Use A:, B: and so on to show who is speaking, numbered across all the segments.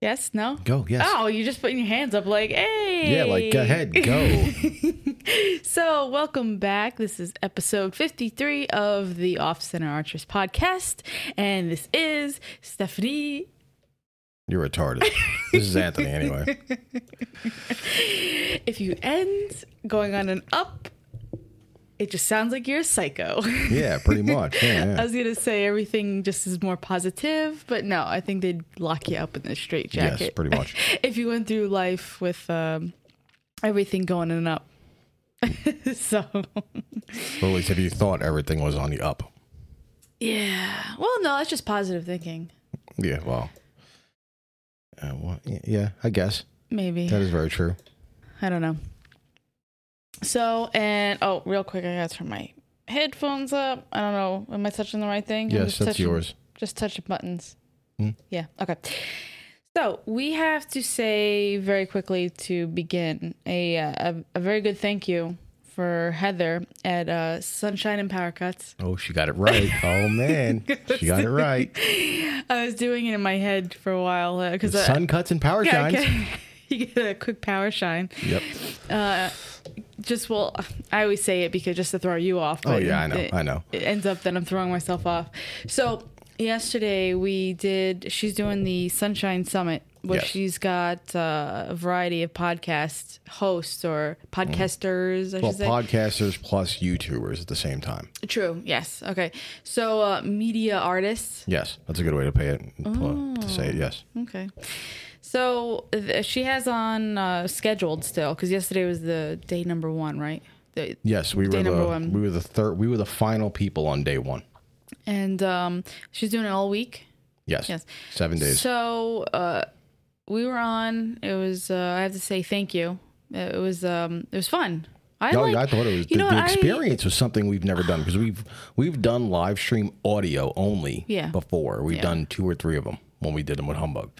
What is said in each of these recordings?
A: Yes, no?
B: Go, yes.
A: Oh, you're just putting your hands up like, hey.
B: Yeah, like go ahead, go.
A: So, welcome back. This is episode 53 of the Off Center Archers podcast. And this is Stephanie.
B: You're retarded. This is Anthony anyway.
A: If you end going on an up, it just sounds like you're a psycho.
B: Yeah, pretty much. Yeah, yeah.
A: I was going to say everything just is more positive, but no, I think they'd lock you up in a straitjacket.
B: Yes, pretty much.
A: if you went through life with um, everything going on an up. so,
B: Well, at least if you thought everything was on the up.
A: yeah. Well, no, that's just positive thinking.
B: Yeah, well. Uh, well y- yeah, I guess.
A: Maybe.
B: That is very true.
A: I don't know. So and oh, real quick, I gotta turn my headphones up. I don't know. Am I touching the right thing? I'm
B: Yes,
A: just
B: that's
A: touching-
B: yours.
A: Just touching buttons.
B: Hmm.
A: Yeah. Okay. So we have to say very quickly to begin a uh, a, a very good thank you for Heather at uh, Sunshine and Power Cuts.
B: Oh, she got it right. Oh, man. She got it right.
A: I was doing it in my head for a while because I
B: Sun cuts and power
A: yeah, I
B: shines.
A: get- you get a quick power shine. Uh,
B: Yep.
A: just well i always say it because just to throw you off
B: Oh,
A: but
B: yeah, I know,
A: it-
B: I know.
A: it ends up that i'm throwing myself off so yesterday we did she's doing the sunshine summit where
B: Yes.
A: she's got uh, a variety of podcast hosts or podcasters i
B: Mm. Well,
A: should say
B: podcasters plus YouTubers at the same time.
A: true yes okay so uh, media artists
B: Yes, that's a good way to pay it. To say it, yes.
A: okay so th- she has on uh, scheduled still because yesterday was the day number one right the,
B: Yes, we
A: Day
B: were
A: number
B: the
A: one.
B: we were the third we were the final people on day one.
A: and um, she's doing it all week
B: Yes.
A: Yes.
B: Seven days.
A: So uh, we were on. It was. Uh, I have to say thank you. It was. Um, it was fun. I
B: No,
A: like.
B: I thought it was
A: you
B: the,
A: know
B: the
A: what, I- uh,
B: experience was something we've never done because we've we've done live stream audio only
A: Yeah.
B: before. We've
A: Yeah.
B: done two or three of them when we did them with Humbug.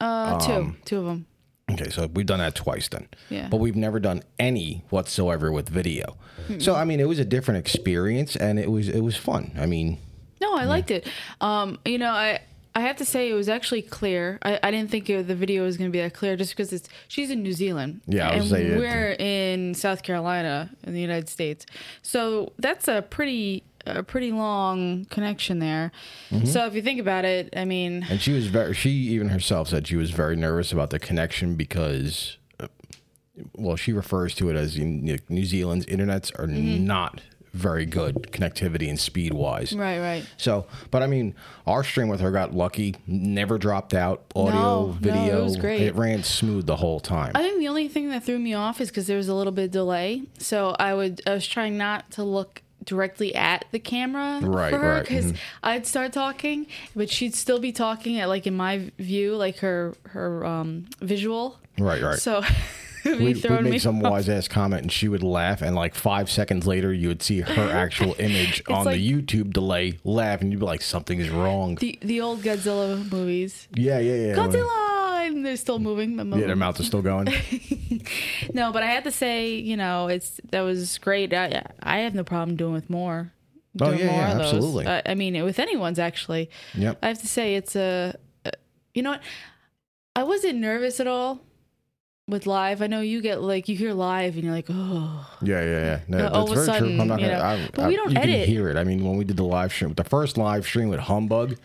A: uh,
B: Um,
A: two. Two of them.
B: Okay, so we've done that twice then.
A: Yeah.
B: But we've never done any whatsoever with video. So I mean, it was a different experience and it was it was fun. I mean,
A: No, I liked it. Um, you know, I I have to say it was actually clear. I, I didn't think it, the video was going to be that clear just because it's she's in New Zealand.
B: Yeah, I
A: and
B: was saying it-
A: we're in South Carolina in the United States, so that's a pretty a pretty long connection there.
B: Mm-hmm.
A: So if you think about it, I mean,
B: And she was very, she even herself said she was very nervous about the connection because, uh, well, she refers to it as in- New- New Zealand's internets are
A: Mm-hmm.
B: not very good connectivity and speed wise.
A: right, right.
B: So, but I mean, our stream with her got lucky, never dropped out, audio,
A: No, no, it
B: video.
A: was great.
B: It ran smooth the whole time.
A: I think the only thing that threw me off is because there was a little bit of delay. So I would I was trying not to look directly at the camera
B: Right,
A: for her
B: right, mm-hmm.
A: because I'd start talking, but she'd still be talking at like in my view, like her her um, visual.
B: right, right.
A: So it'd be
B: We'd, we'd
A: throwing me
B: make some
A: off.
B: wise ass comment and she would laugh. And like five seconds later, you would see her actual image on
A: like-
B: the YouTube delay laugh. And you'd be like, something's wrong.
A: the the old Godzilla movies.
B: yeah, yeah, yeah.
A: Godzilla, and they're still moving.
B: Yeah, their mouth is still going.
A: No, but I had to say, you know, it's that was great. I, I have no problem doing with more.
B: Oh,
A: doing
B: yeah,
A: more
B: yeah,
A: of those.
B: absolutely.
A: I, I mean, with anyone's actually.
B: Yep.
A: I have to say, it's a, a- you know what? I wasn't nervous at all with live. I know you get like you hear live and you're like, oh,
B: Yeah, yeah, yeah. No,
A: all of a sudden,
B: I'm not
A: you
B: gonna.
A: know.
B: I,
A: But
B: I-
A: we don't
B: you
A: edit.
B: can hear it. I mean, when we did the live stream, the first live stream with Humbug,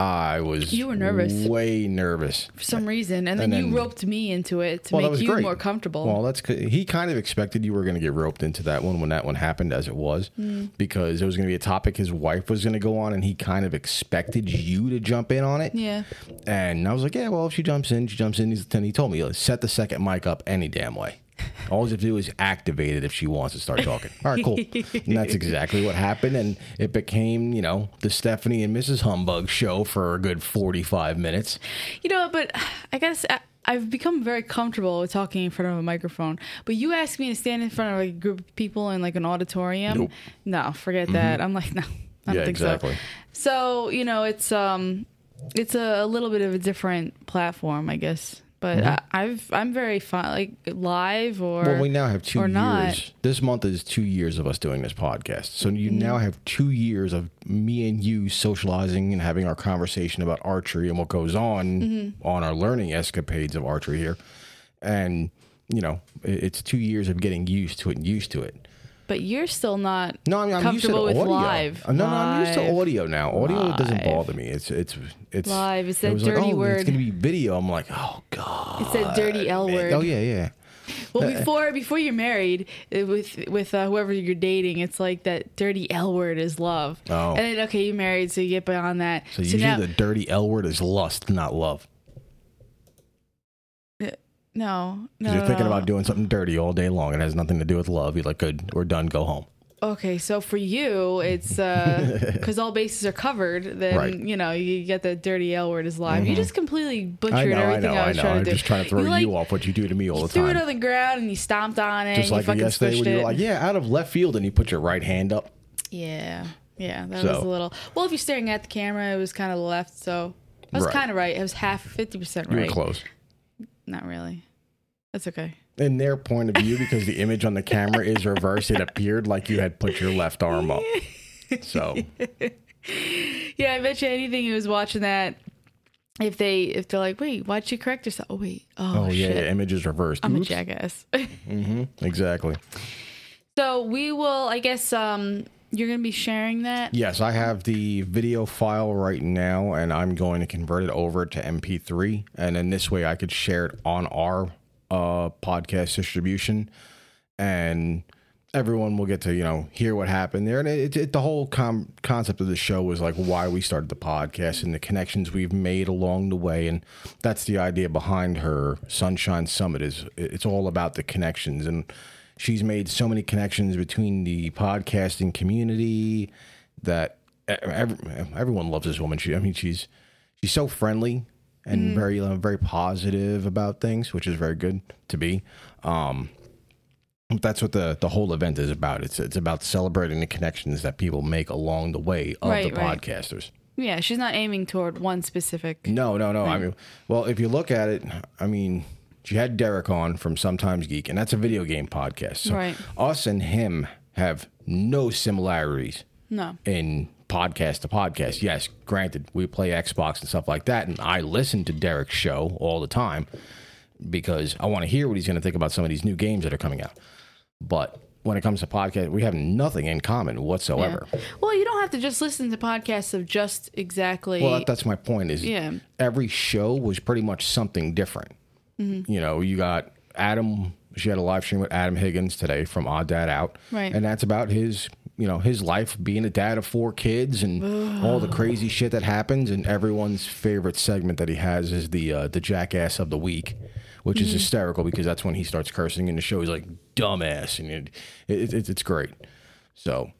B: I was
A: You were nervous.
B: way nervous.
A: for some reason, and then,
B: And then-
A: you roped me into it to
B: Well, that
A: make
B: was
A: you
B: great.
A: more comfortable.
B: Well, that's 'cause- he kind of expected you were going to get roped into that one when that one happened, as it was,
A: Mm.
B: because it was going to be a topic his wife was going to go on, and he kind of expected you to jump in on it.
A: yeah,
B: And I was like, yeah, well, if she jumps in, she jumps in. He's- And he told me, like, set the second mic up any damn way. All you have to do is activate it if she wants to start talking. All right, cool. and that's exactly what happened. And it became, you know, the Stephanie and Mrs. Humbug show for a good 45 minutes.
A: you know, but I guess. I, I've become very comfortable with talking in front of a microphone, but you ask me to stand in front of like, a group of people in like an auditorium.
B: Nope. Mm-hmm.
A: No, forget that. I'm like, no, I don't
B: Yeah,
A: think so.
B: exactly.
A: So you know, it's um, it's a, a little bit of a different platform, I guess, But I, I've I'm very fun like live or
B: Mm-hmm. well, we now have two
A: or
B: years.
A: not.
B: This month is two years of us doing this podcast. So you
A: Mm-hmm.
B: now have two years of me and you socializing and having our conversation about archery and what goes on
A: Mm-hmm.
B: on our learning escapades of archery here. And you know, i- it's two years of getting used to it and used to it.
A: But you're still not
B: No, I mean, I'm used to
A: comfortable with
B: audio.
A: live.
B: No, no, I'm used
A: Live.
B: to audio now. Audio
A: Live.
B: doesn't bother me. It's it's it's
A: Live. It's
B: it
A: that
B: was
A: dirty
B: oh,
A: word.
B: It's gonna be video. I'm like, oh god.
A: It's that dirty L word.
B: Oh yeah, yeah.
A: Well,
B: Uh,
A: before before you're married uh, with with uh, whoever you're dating, it's like that dirty L word is love.
B: Oh.
A: And then okay, you're married, so you get beyond that.
B: So usually the dirty L word is lust, not love.
A: no, no,
B: Because you're thinking
A: no.
B: about doing something dirty all day long. It has nothing to do with love. You're like, good, we're done, go home.
A: Okay, so for you, it's because all bases are covered. Then
B: Right. Mm-hmm.
A: you know you get that dirty L word is live. You just completely butchered
B: I know, I
A: everything
B: know,
A: I,
B: I
A: was
B: know.
A: trying to
B: I'm
A: do.
B: just trying to throw you,
A: like,
B: off what you do to me all the
A: Threw it
B: time.
A: on the ground and you stomped on it.
B: Just
A: and
B: like
A: you fucking
B: yesterday
A: squished
B: when you
A: it.
B: were like, yeah, out of left field, and you put your right hand up.
A: Yeah, yeah, that was
B: So-
A: a little. Well, if you're staring at the camera, it was kind of left, so I was
B: Right.
A: kind of right. It was half, fifty percent
B: You
A: right.
B: were close.
A: Not really. That's okay.
B: In their point of view, because the image on the camera is reversed, it appeared like you had put your left arm up. So
A: Yeah, I bet you anything he was watching that. If they if they're like, wait, why'd you correct yourself? Oh wait, oh,
B: Oh yeah,
A: shit,
B: yeah, image is reversed.
A: I'm a
B: Oops.
A: jackass.
B: Exactly.
A: so we will, I guess, um, you're gonna be sharing that.
B: Yes, I have the video file right now, and I'm going to convert it over to MP3, and then this way I could share it on our uh, podcast distribution, and everyone will get to you know hear what happened there. And it, it, the whole com- concept of the show was like why we started the podcast and the connections we've made along the way, and that's the idea behind her Sunshine Summit is it's all about the connections and. She's made so many connections between the podcasting community, that e- ev everyone loves this woman. She, I mean, she's she's so friendly and very uh, very positive about things, which is very good to be. Um, that's what the the whole event is about. It's it's about celebrating the connections that people make along the way of
A: Right,
B: the
A: right.
B: podcasters.
A: Yeah, she's not aiming toward one specific.
B: No, no, no. I mean, well, if you look at it, I mean, she had Derek on from Sometimes Geek, and that's a video game podcast. So
A: Right.
B: us and him have no similarities
A: No.
B: in podcast to podcast. Yes, granted, we play Xbox and stuff like that, and I listen to Derek's show all the time because I want to hear what he's going to think about some of these new games that are coming out. But when it comes to podcast, we have nothing in common whatsoever.
A: Yeah. Well, you don't have to just listen to podcasts of just exactly.
B: Well, that, that's my point. Is
A: Yeah.
B: every show was pretty much something different.
A: Mm-hmm.
B: You know, you got Adam. She had a live stream with Adam Higgins today from Odd Dad Out,
A: Right.
B: And that's about his, you know, his life being a dad of four kids and all the crazy shit that happens. And everyone's favorite segment that he has is the uh, the jackass of the week, which
A: Mm-hmm.
B: is hysterical because that's when he starts cursing in the show. He's like dumbass, and it, it, it, it's great. So,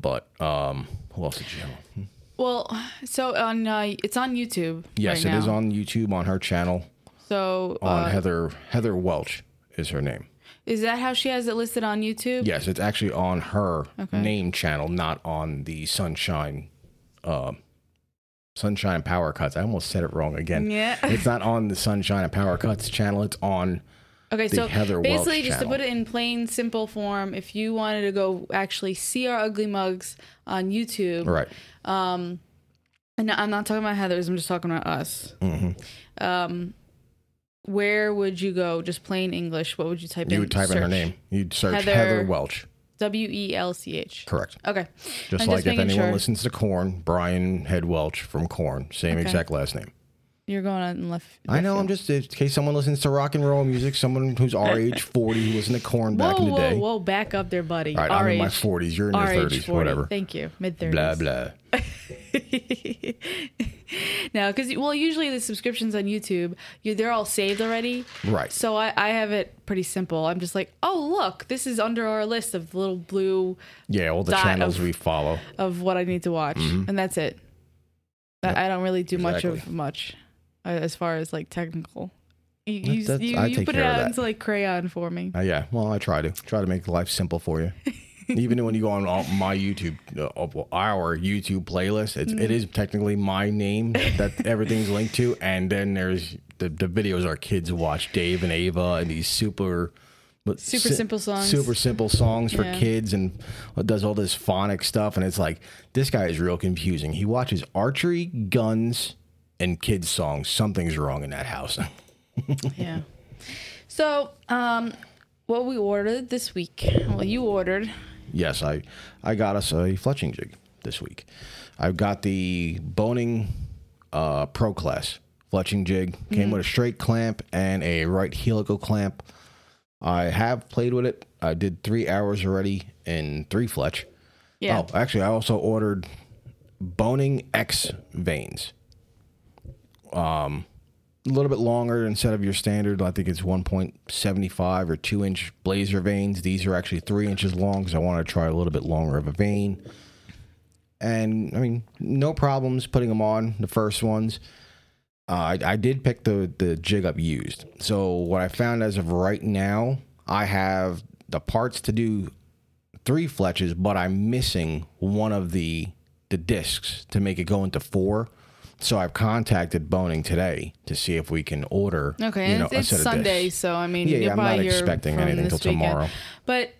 B: but um, who else did you have?
A: well, so on uh, it's on YouTube.
B: Yes,
A: right
B: it is
A: now.
B: on YouTube on her channel
A: So
B: on
A: uh,
B: Heather Heather Welch is her name.
A: is that how she has it listed on YouTube?
B: Yes, it's actually on her name channel, not on the Sunshine uh, Sunshine Power Cuts. I almost said it wrong again.
A: Yeah.
B: it's not on the Sunshine and Power Cuts channel. It's on
A: Okay,
B: the
A: so
B: Heather Welch
A: basically, just
B: channel.
A: to put it in plain, simple form, if you wanted to go actually see our ugly mugs on YouTube,
B: right.
A: and I'm not talking about Heather's, I'm just talking about us.
B: Mm-hmm.
A: Um, where would you go? Just plain English. What would you type in?
B: You would type in her
A: Search.
B: name. You'd search Heather,
A: Heather-
B: Welch.
A: W e l c h.
B: Correct.
A: Okay.
B: Just
A: I'm
B: like if
A: making
B: anyone
A: sure.
B: listens to Corn, Brian Head Welch from Corn, same exact last name.
A: you're going on left.
B: I know. I'm just in case someone listens to rock and roll music, someone who's our age, forty, who listened to Corn
A: whoa,
B: back in the
A: whoa,
B: day.
A: whoa! Back up there, buddy.
B: All right,
A: Our
B: I'm in
A: age,
B: my forties. You're in your
A: our age
B: thirties,
A: 40.
B: whatever.
A: Thank you. Mid thirties.
B: Blah blah.
A: No, because well, usually the subscriptions on YouTube, you, they're all saved already.
B: Right.
A: So I, I have it pretty simple. I'm just like, oh look, this is under our list of little blue
B: Yeah, all the
A: Dot
B: channels
A: of-
B: we follow.
A: of what I need to watch, and that's it. I, I don't really do much of
B: Mm-hmm. Exactly.
A: much uh, as far as like technical. You you,
B: That's-
A: you,
B: I
A: you
B: take
A: put it
B: care of
A: out
B: that.
A: into like crayon for me.
B: Uh, yeah. Well, I try to try to make life simple for you. Even when you go on all- my YouTube, uh, of our
A: Mm-hmm.
B: YouTube playlist, it's, it is technically my name that everything's linked to, and then there's the, the videos our kids watch, Dave and Ava, and these super but
A: Super simple songs.
B: super simple songs for
A: Yeah.
B: kids, and does all this phonic stuff. And it's like this guy is real confusing. He watches archery, guns, and kids songs. Something's wrong in that house.
A: Yeah. So, um, what we ordered this week, well, you ordered.
B: yes, I I got us a fletching jig this week. I've got the boning uh, pro class fletching jig. Came with a straight clamp and a right helical clamp. I have played with it. I did three hours already in three fletch.
A: Yeah.
B: Oh, actually, I also ordered boning X veins. Um, a little bit longer instead of your standard. I think it's 1.75 or two inch blazer veins. These are actually three inches long because I want to try a little bit longer of a vein. And I mean, no problems putting them on the first ones. Uh, I, I did pick the the jig up used. So what I found as of right now, I have the parts to do three fletches, but I'm missing one of the the discs to make it go into four. So I've contacted Boning today to see if we can order.
A: Okay,
B: you know,
A: it's,
B: a
A: it's
B: set of
A: Sunday,
B: discs.
A: so I mean,
B: Yeah, yeah,
A: you're
B: I'm not
A: probably here
B: expecting
A: from
B: anything
A: this
B: till
A: weekend.
B: tomorrow.
A: But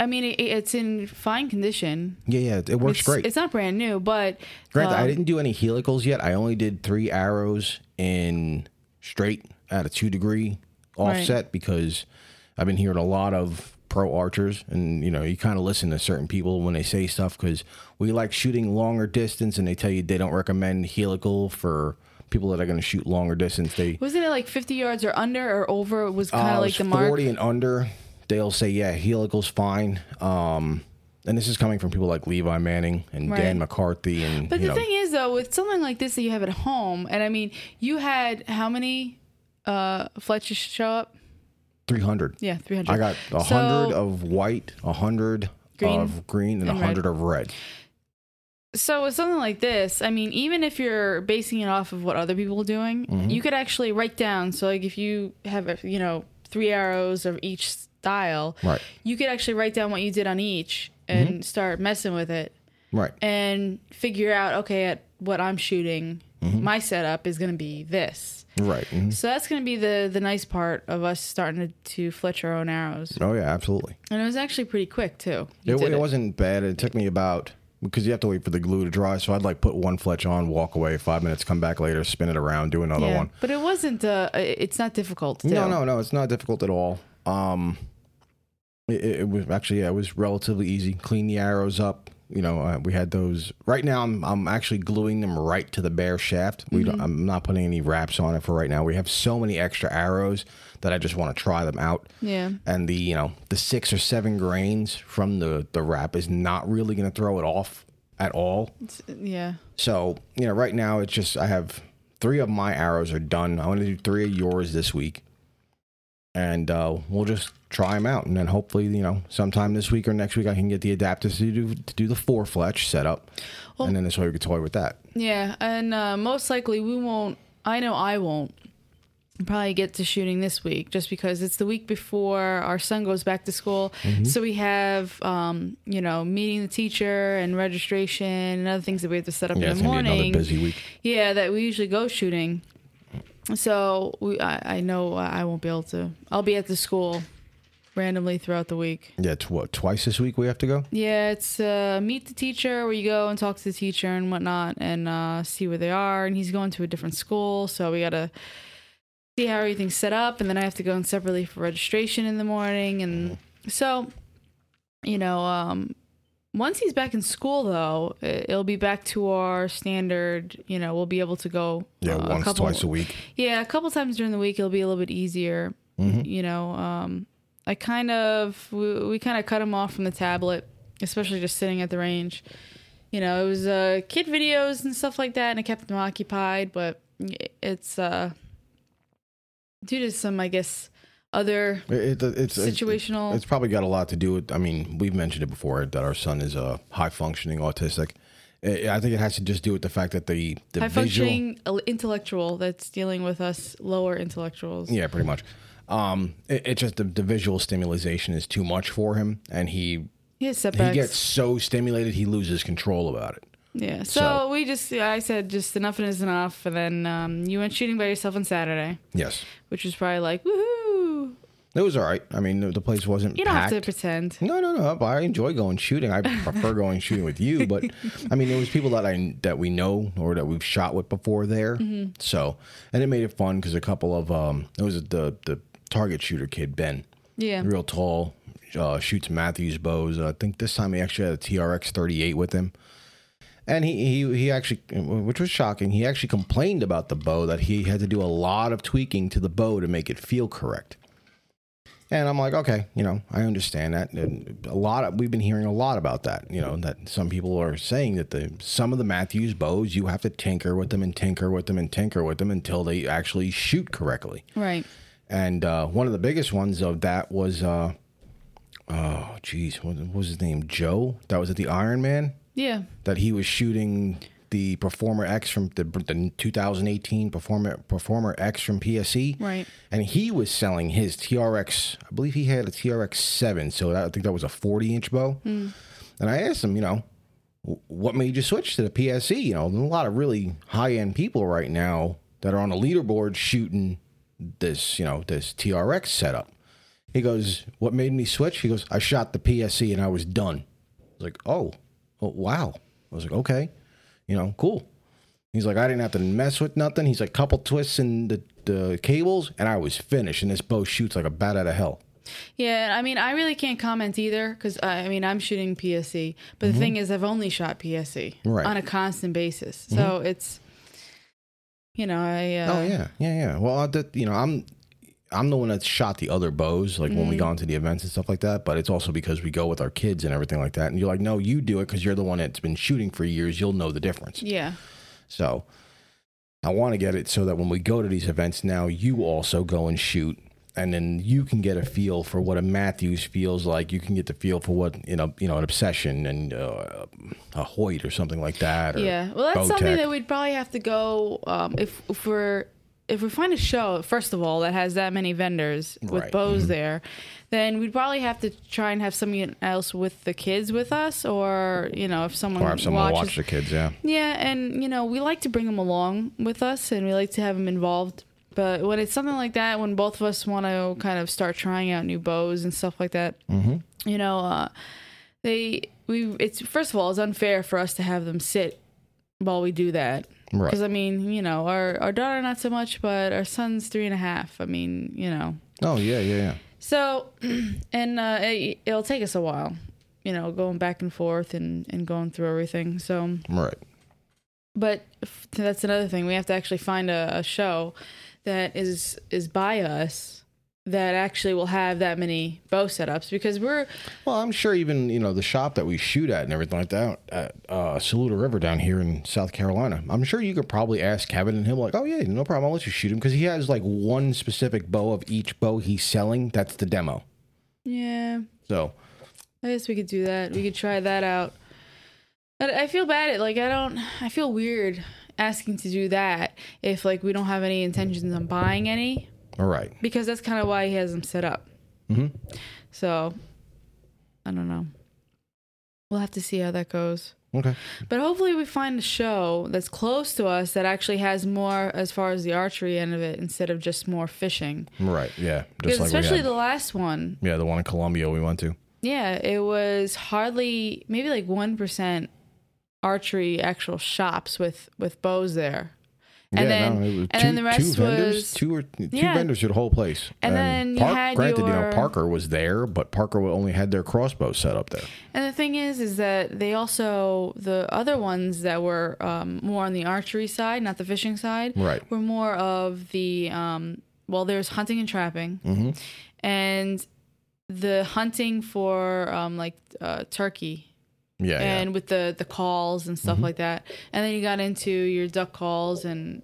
A: I mean, it, it's in fine condition.
B: Yeah, yeah, it works
A: It's,
B: great.
A: It's not brand new, but
B: Granted,
A: Um,
B: I didn't do any helicals yet. I only did three arrows in straight at a two degree offset because I've been hearing a lot of pro archers, and you know, you kind of listen to certain people when they say stuff because we like shooting longer distance, and they tell you they don't recommend helical for people that are going to shoot longer distance. They
A: wasn't it like 50 yards or under or over was kind of
B: uh,
A: like the mark?
B: forty and under, they'll say yeah, helical's fine. Um, and this is coming from people like Levi Manning and
A: Right.
B: Dan McCarthy, and
A: But
B: you
A: the
B: know,
A: thing is, though, with something like this that you have at home, and I mean, you had how many uh Fletchers show up?
B: three hundred.
A: Yeah, 300.
B: I got a
A: So-
B: hundred of white, a hundred
A: Green
B: of green, and a
A: and red.
B: hundred of red.
A: So with something like this, I mean, even if you're basing it off of what other people are doing,
B: Mm-hmm.
A: you could actually write down. So like, if you have you know three arrows of each style,
B: Right. Mm-hmm.
A: you could actually write down what you did on each and start messing with it
B: Right.
A: and figure out okay at what I'm shooting,
B: Mm-hmm.
A: my setup is going to be this.
B: Right. mhm.
A: So that's going to be the the nice part of us starting to, to fletch our own arrows,
B: Oh yeah, absolutely.
A: and it was actually pretty quick too. You
B: It,
A: did
B: it wasn't bad. It took me about because you have to wait for the glue to dry. So I'd like put one fletch on, walk away five minutes, come back later, spin it around, do another
A: Yeah.
B: one.
A: but it wasn't. Uh, it's not difficult. To
B: No,
A: do.
B: no, no. It's not difficult at all. Um, it, it- it was actually yeah, it was relatively easy. Clean the arrows up. You know, uh, we had those. Right now, I'm I'm actually gluing them right to the bare shaft. We don't, I'm not putting any wraps on it for right now. We have so many extra arrows that I just want to try them out.
A: Yeah.
B: And the you know the six or seven grains from the the wrap is not really going to throw it off at all.
A: Yeah.
B: So, you know, right now it's just I have three of my arrows are done. I want to do three of yours this week. And uh, we'll just try them out. And then hopefully, you know, sometime this week or next week, I can get the adapters to do, to do the four fletch setup. and then this way we can toy with that.
A: Yeah, and uh, most likely we won't. I know I won't probably get to shooting this week just because it's the week before our son goes back to school.
B: Mm-hmm.
A: So we have, um, you know, meeting the teacher and registration and other things that we have to set up
B: Yeah,
A: in
B: it's
A: the
B: going to be
A: morning.
B: another busy week.
A: Yeah, that we usually go shooting. So we, I, I know I won't be able to. I'll be at the school randomly throughout the week.
B: Yeah, tw- what, twice this week we have to go?
A: Yeah, it's uh, meet the teacher where you go and talk to the teacher and whatnot and uh, see where they are. And he's going to a different school, so we gotta see how everything's set up. And then I have to go in separately for registration in the morning. And
B: Mm-hmm.
A: so, you know, um, once he's back in school, though, it- it'll be back to our standard. You know, we'll be able to go
B: Yeah,
A: uh,
B: once, twice a week.
A: yeah, a couple times during the week it'll be a little bit easier.
B: Mm-hmm.
A: You know, um, I kind of we, we kind of cut him off from the tablet, especially just sitting at the range. You know, it was uh, kid videos and stuff like that, and it kept him occupied. But it's uh, due to some, I guess, other
B: It, it, it's, it's-
A: situational.
B: It's probably got a lot to do with. I mean, we've mentioned it before that our son is a high functioning autistic. I I think it has to just do with the fact that the the
A: High
B: visual
A: functioning intellectual that's dealing with us lower intellectuals.
B: Yeah, pretty much. Um, it, it's just the, the visual stimulation is too much for him, and he
A: He has
B: he
A: setbacks.
B: gets so stimulated he loses control about it.
A: Yeah. So, we just, I said just enough is enough. And then um, you went shooting by yourself on Saturday,
B: Yes,
A: which was probably like, woohoo.
B: it was all right. I mean, the- the place wasn't
A: You don't
B: packed.
A: have to pretend.
B: No, no, no. But I enjoy going shooting. I prefer going shooting with you, but I mean, there was people that I that we know or that we've shot with before there.
A: Mm-hmm.
B: So, and it made it fun because a couple of um, it was the the target shooter kid Ben,
A: Yeah.
B: real tall, uh, shoots Matthews bows. I think this time he actually had a TRX thirty eight with him. And he, he he actually, which was shocking, he actually complained about the bow that he had to do a lot of tweaking to the bow to make it feel correct. And I'm like, okay, you know, I understand that. And a lot of, we've been hearing a lot about that, you know, that some people are saying that the some of the Matthews bows, you have to tinker with them and tinker with them and tinker with them until they actually shoot correctly.
A: Right.
B: And uh, one of the biggest ones of that was, uh, oh, geez, what what was his name? Joe? That was at the Iron Man?
A: Yeah.
B: that he was shooting the Performer X from the, the 2018 Performer Performer X from E? PSE.
A: Right.
B: And he was selling his TRX. I believe he had a TRX seven, so that, I think that was a 40 inch bow. And I asked him, you know, "Wh- what made you switch to the PSE? You know, a lot of really high end people right now that are on the leaderboard shooting this, you know, this TRX setup. He goes, What made me switch? He goes, I shot the PSC and I was done. I was like, Oh, oh wow. I was like, Okay, you know, cool. He's like, I didn't have to mess with nothing. He's like, couple twists in the, the cables and I was finished. And this bow shoots like a bat out of hell.
A: Yeah, I mean, I really can't comment either because I mean, I'm shooting PSC, but the thing is, I've only shot PSC
B: Mm-hmm. Right. Mm-hmm.
A: on a constant basis, so it's you know, I uh,
B: Oh yeah, yeah, yeah. Well, I did, you know, I'm I'm the one that shot the other bows, like when we gone to the events and stuff like that. But it's also because we go with our kids and everything like that. And you're like, no, you do it because you're the one that's been shooting for years. You'll know the difference.
A: yeah,
B: So I want to get it so that when we go to these events now, you also go and shoot. And then you can get a feel for what a Matthews feels like. You can get the feel for what you know, you know, an obsession and uh, a Hoyt or something like that. Or
A: yeah. Well, that's something
B: Bowtech.
A: that we'd probably have to go um, if if we're if we find a show first of all that has that many vendors with
B: Right. Mm-hmm.
A: bows there, then we'd probably have to try and have someone else with the kids with us, or you know, if someone
B: or have someone
A: watches
B: watch the kids. Yeah,
A: Yeah, and you know, we like to bring them along with us and we like to have them involved. But when it's something like that, when both of us want to kind of start trying out new bows and stuff like that, you know, uh, they we it's first of all, it's unfair for us to have them sit while we do that.
B: Right.
A: Because I mean, you know, our our daughter not so much, but our son's three and a half. I mean, you know,
B: Oh yeah, yeah, yeah.
A: so, and uh, it, it'll take us a while, you know, going back and forth and and going through everything. So.
B: Right.
A: but f- that's another thing we have to actually find a, a show that is is by us that actually will have that many bow setups because we're
B: Well, I'm sure even you know the shop that we shoot at and everything like that at uh, Saluda River down here in South Carolina. I'm sure you could probably ask Kevin and him like, oh yeah, no problem. I'll let you shoot him because he has like one specific bow of each bow he's selling. That's the demo.
A: yeah
B: So
A: i guess we could do that we could try that out but i feel bad at like i don't i feel weird asking to do that if like we don't have any intentions on buying any
B: all right,
A: because that's kind of why he has them set up
B: Mhm.
A: so i don't know we'll have to see how that goes
B: okay,
A: But hopefully, we find a show that's close to us that actually has more as far as the archery end of it instead of just more fishing.
B: all right, yeah. Just
A: Because
B: like we
A: especially
B: had,
A: the last one,
B: yeah, the one in Columbia we went to.
A: yeah, it was hardly maybe like one percent archery actual shops with with bows there, and
B: yeah,
A: then
B: no, it was
A: and
B: two,
A: then the rest
B: two vendors,
A: was
B: two or two
A: Yeah.
B: vendors through the whole place.
A: And then you had
B: granted, you know,
A: your-
B: Parker was there, but Parker only had their crossbow set up there.
A: And the thing is, is that they also the other ones that were um, more on the archery side, not the fishing side,
B: Right.
A: were more of the um, well, there's hunting and trapping,
B: Mm-hmm.
A: and the hunting for um, like uh, turkey
B: Yeah, yeah. Mm-hmm.
A: and with the the calls and stuff like that, and then you got into your duck calls and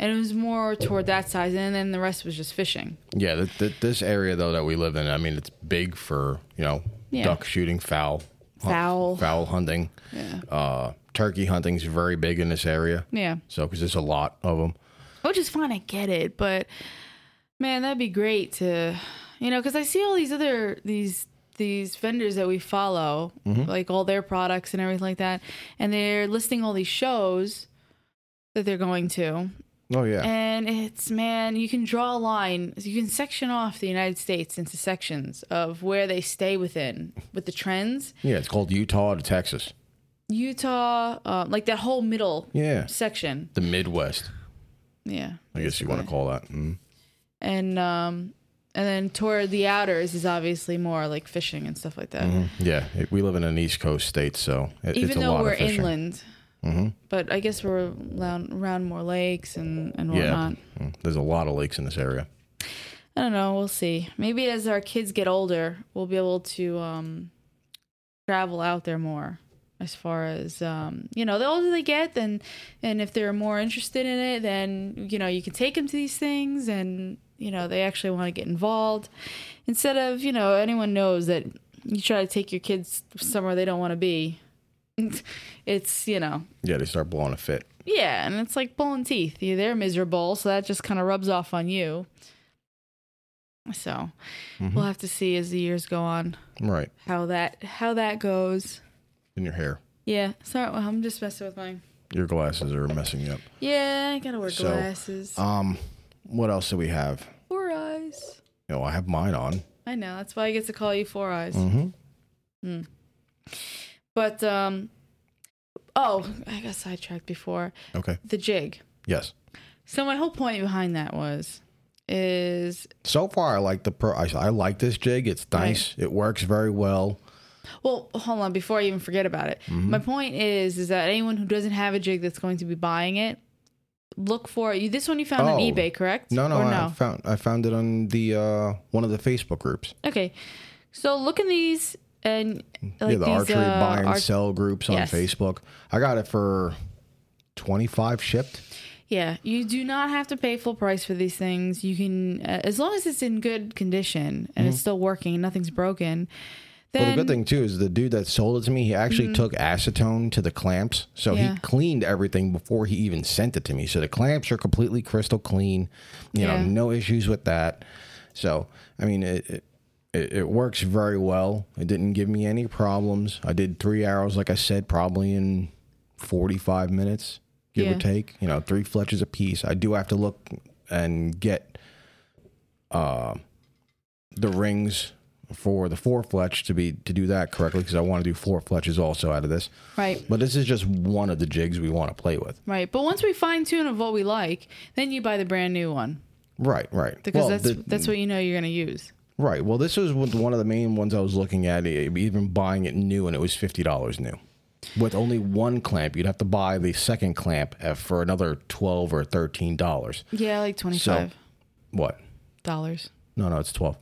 A: and it was more toward that side, and then the rest was just fishing.
B: Yeah, th- th- this area though that we live in, I mean, it's big for you know
A: Yeah.
B: duck shooting, fowl, hunt-
A: Fowl.
B: fowl hunting.
A: Yeah.
B: Uh, turkey hunting's very big in this area.
A: Yeah.
B: So because there's a lot of them.
A: which is fine. I get it, but man, that'd be great to, you know, because I see all these other these these vendors that we follow, like all their products and everything like that, and they're listing all these shows that they're going to.
B: Oh yeah.
A: And it's man, you can draw a line. You can section off the United States into sections of where they stay within with the trends.
B: yeah, it's called Utah to Texas.
A: Utah, uh, like that whole middle
B: Yeah.
A: section.
B: The Midwest.
A: Yeah.
B: I guess you want to call that. Mm.
A: And um and then toward the outers is obviously more like fishing and stuff like that.
B: Yeah, it- we live in an East Coast state, so it, Mm-hmm. it's
A: Even
B: a
A: though
B: lot
A: we're
B: of fishing. Mm-hmm.
A: inland. But I guess we're around, around more lakes and, and
B: Yeah,
A: whatnot.
B: Mm. there's a lot of lakes in this area.
A: I don't know. We'll see. Maybe as our kids get older, we'll be able to um, travel out there more. As far as um, you know, the older they get, then and if they're more interested in it, then you know you can take them to these things, and you know they actually want to get involved. Instead of you know anyone knows that you try to take your kids somewhere they don't want to be. It's you know
B: Yeah, they start blowing a fit.
A: yeah, and it's like pulling teeth. You- They're miserable, so that just kind of rubs off on you. So we'll have to see as the years go on
B: Right
A: how that how that goes.
B: in your hair,
A: Yeah, sorry, well, I'm just messing with mine.
B: your glasses are messing you up.
A: Yeah, I gotta wear
B: So,
A: glasses
B: Um, what else do we have?
A: four eyes.
B: You know, I have mine on.
A: I know that's why I get to call you four eyes.
B: Mm-hmm.
A: But um, oh, I got sidetracked before
B: Okay.
A: the jig.
B: Yes.
A: So my whole point behind that was is
B: So far, I like the pro. I, I like this jig. It's nice. It works very well.
A: Well, hold on. Before I even forget about it,
B: Mm-hmm.
A: my point is, is that anyone who doesn't have a jig that's going to be buying it, look for it. You, this one you found on
B: Oh.
A: eBay, correct?
B: No, no,
A: or
B: I found I found it on the uh, one of the Facebook groups.
A: Okay, so look in these and like
B: yeah, the
A: these,
B: archery
A: uh,
B: buy and
A: arch-
B: sell groups on
A: Yes.
B: Facebook. I got it for twenty five shipped.
A: Yeah, you do not have to pay full price for these things. You can, uh, as long as it's in good condition and it's still working, nothing's broken. Then
B: Mm-hmm. Well, the good thing too is the dude that sold it to me, he actually took acetone to the clamps, so
A: Mm-hmm. Yeah.
B: he cleaned everything before he even sent it to me. So the clamps are completely crystal clean. You
A: Yeah.
B: know, no issues with that. So I mean, it, it it it works very well. It didn't give me any problems. I did three arrows, like I said, probably in forty five minutes, give
A: Yeah.
B: or take. You know, three fletches a piece. I do have to look and get uh, the rings for the four fletch to be to do that correctly because I want to do four fletches also out of this.
A: right?
B: But this is just one of the jigs we want to play with.
A: Right, but once we fine tune of what we like, then you buy the brand new one
B: Right, right.
A: because
B: well,
A: that's
B: the-
A: that's what you know you're gonna use.
B: right. Well, this was one one of the main ones I was looking at. e- Even buying it new, and it was fifty dollars new, with only one clamp. You'd have to buy the second clamp at- for another twelve or thirteen dollars.
A: Yeah, like twenty
B: So
A: five
B: what?
A: dollars.
B: No, no, it's twelve.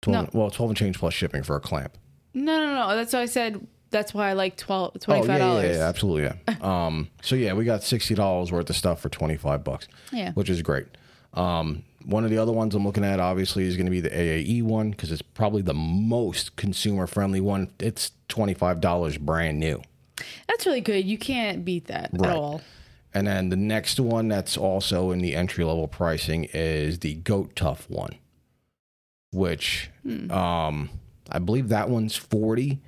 B: Twelve. Well, twelve and change plus shipping for a clamp.
A: No, no, no. That's why I said. That's why I like 12
B: Oh,
A: $25.
B: yeah, yeah, yeah, yeah, absolutely. Yeah. Um, so yeah, we got sixty dollars worth of stuff for twenty five bucks.
A: Yeah.
B: which is great. Um, one of the other ones I'm looking at obviously is going to be the AAE one because it's probably the most consumer friendly one. It's twenty five dollars brand new.
A: That's really good. You can't beat that
B: Right.
A: at all.
B: And then the next one that's also in the entry level pricing is the Goat Tough one, which
A: Hmm.
B: um, I believe that one's 40,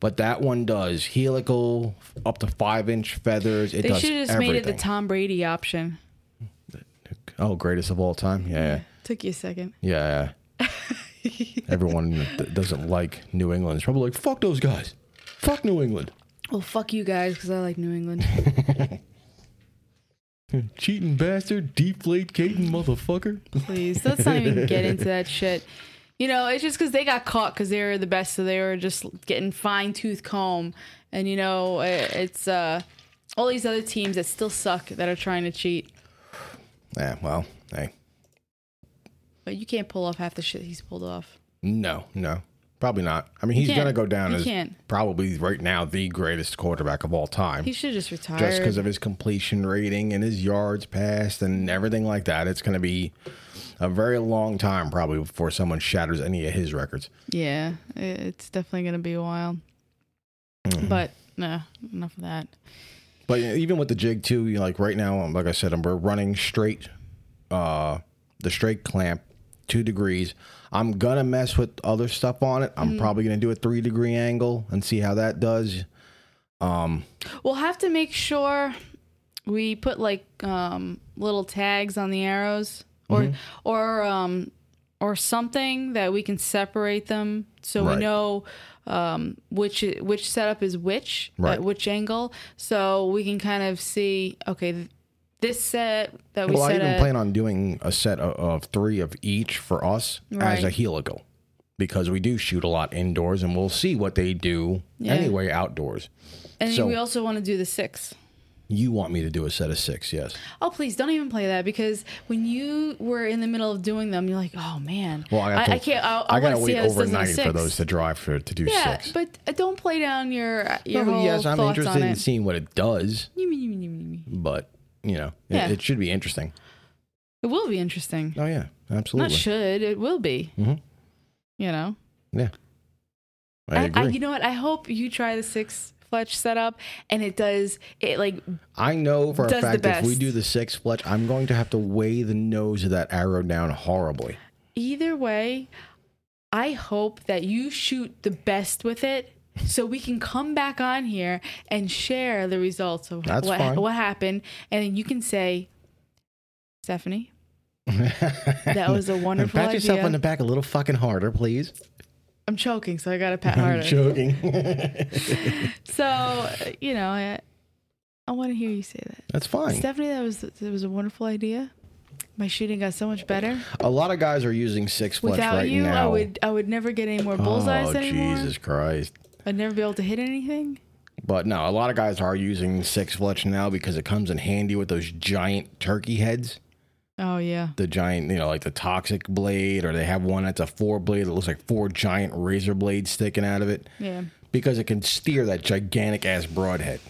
B: but that one does helical up to five inch feathers. It
A: They
B: does
A: should have just
B: everything.
A: made it the Tom Brady option.
B: oh, greatest of all time. Yeah.
A: Took you a second.
B: Yeah. Everyone that doesn't like New England is probably like, fuck those guys. Fuck New England.
A: Well, fuck you guys because I like New England.
B: Cheating bastard, deflate Caden motherfucker.
A: Please. Let's not even get into that shit. You know, it's just because they got caught because they were the best. So they were just getting fine tooth comb. And, you know, i- it's uh, all these other teams that still suck that are trying to cheat. Eh,
B: Yeah, well, hey.
A: But you can't pull off half the shit he's pulled off.
B: No, no. Probably not. I mean, he's
A: can't.
B: going to go down
A: You
B: as
A: can't.
B: probably right now the greatest quarterback of all time.
A: He should have just retired.
B: just because of his completion rating and his yards passed and everything like that, it's going to be a very long time probably before someone shatters any of his records.
A: Yeah, i- it's definitely going to be a while.
B: Mm-hmm.
A: But no, enough of that.
B: But even with the jig too, you know, like right now, um, like I said, um, we're running straight, uh, the straight clamp two degrees. I'm gonna mess with other stuff on it. I'm
A: Mm-hmm.
B: probably gonna do a three degree angle and see how that does.
A: We'll have to make sure we put like um, little tags on the arrows or
B: Mm-hmm.
A: or um, or something that we can separate them so
B: Right.
A: we know um, which which setup is which
B: Right.
A: at which angle so we can kind of see okay th- this set that we
B: well, I
A: set
B: even
A: at,
B: plan on doing a set of, of three of each for us as
A: Right.
B: a helical because we do shoot a lot indoors and we'll see what they do
A: Yeah.
B: anyway outdoors.
A: and then
B: so-
A: we also want to do the six.
B: You want me to do a set of six, yes.
A: Oh please don't even play that because when you were in the middle of doing them, you're like, oh man,
B: Well, I, have to,
A: I, can't. I, I,
B: I
A: want
B: gotta
A: to see
B: wait
A: how this does in the
B: overnight for
A: six.
B: those to dry for to do
A: Yeah,
B: six.
A: but uh, don't play down your your
B: No,
A: whole
B: yes, I'm
A: thoughts
B: interested
A: on
B: in
A: it.
B: seeing what it does,
A: You mean, you mean, you mean, you mean.
B: but you know, it,
A: Yeah.
B: it should be interesting.
A: It will be interesting.
B: Oh yeah,
A: Not
B: absolutely.
A: should it will be.
B: Mhm.
A: You know,
B: I, agree. I,
A: you know what? I hope you try the six fletch setup and it does it like
B: know for a
A: Does the
B: fact if we
A: best.
B: do the six fletch, I'm going to have to weigh the nose of that arrow down horribly.
A: either way. I hope that you shoot the best with it. So we can come back on here and share the results of
B: That's
A: what
B: fine.
A: what happened, and then you can say, Stephanie, that was a
B: And
A: wonderful
B: pat
A: idea.
B: yourself on the back a little fucking harder, please.
A: I'm choking, so I got to pat harder.
B: I'm joking.
A: So uh, you know, I, I want to hear you say that,
B: That's fine.
A: Stephanie. That was that was a wonderful idea. My shooting got so much better.
B: a lot of guys are using six fletch
A: Without
B: right
A: you,
B: now.
A: I would I would never get any more bullseyes
B: oh
A: anymore.
B: Jesus Christ!
A: I'd never be able to hit anything.
B: But no, a lot of guys are using six fletch now because it comes in handy with those giant turkey heads.
A: Oh yeah,
B: the giant, you know, like the toxic blade, or they have one that's a four blade that looks like four giant razor blades sticking out of it
A: yeah,
B: because it can steer that gigantic ass broadhead.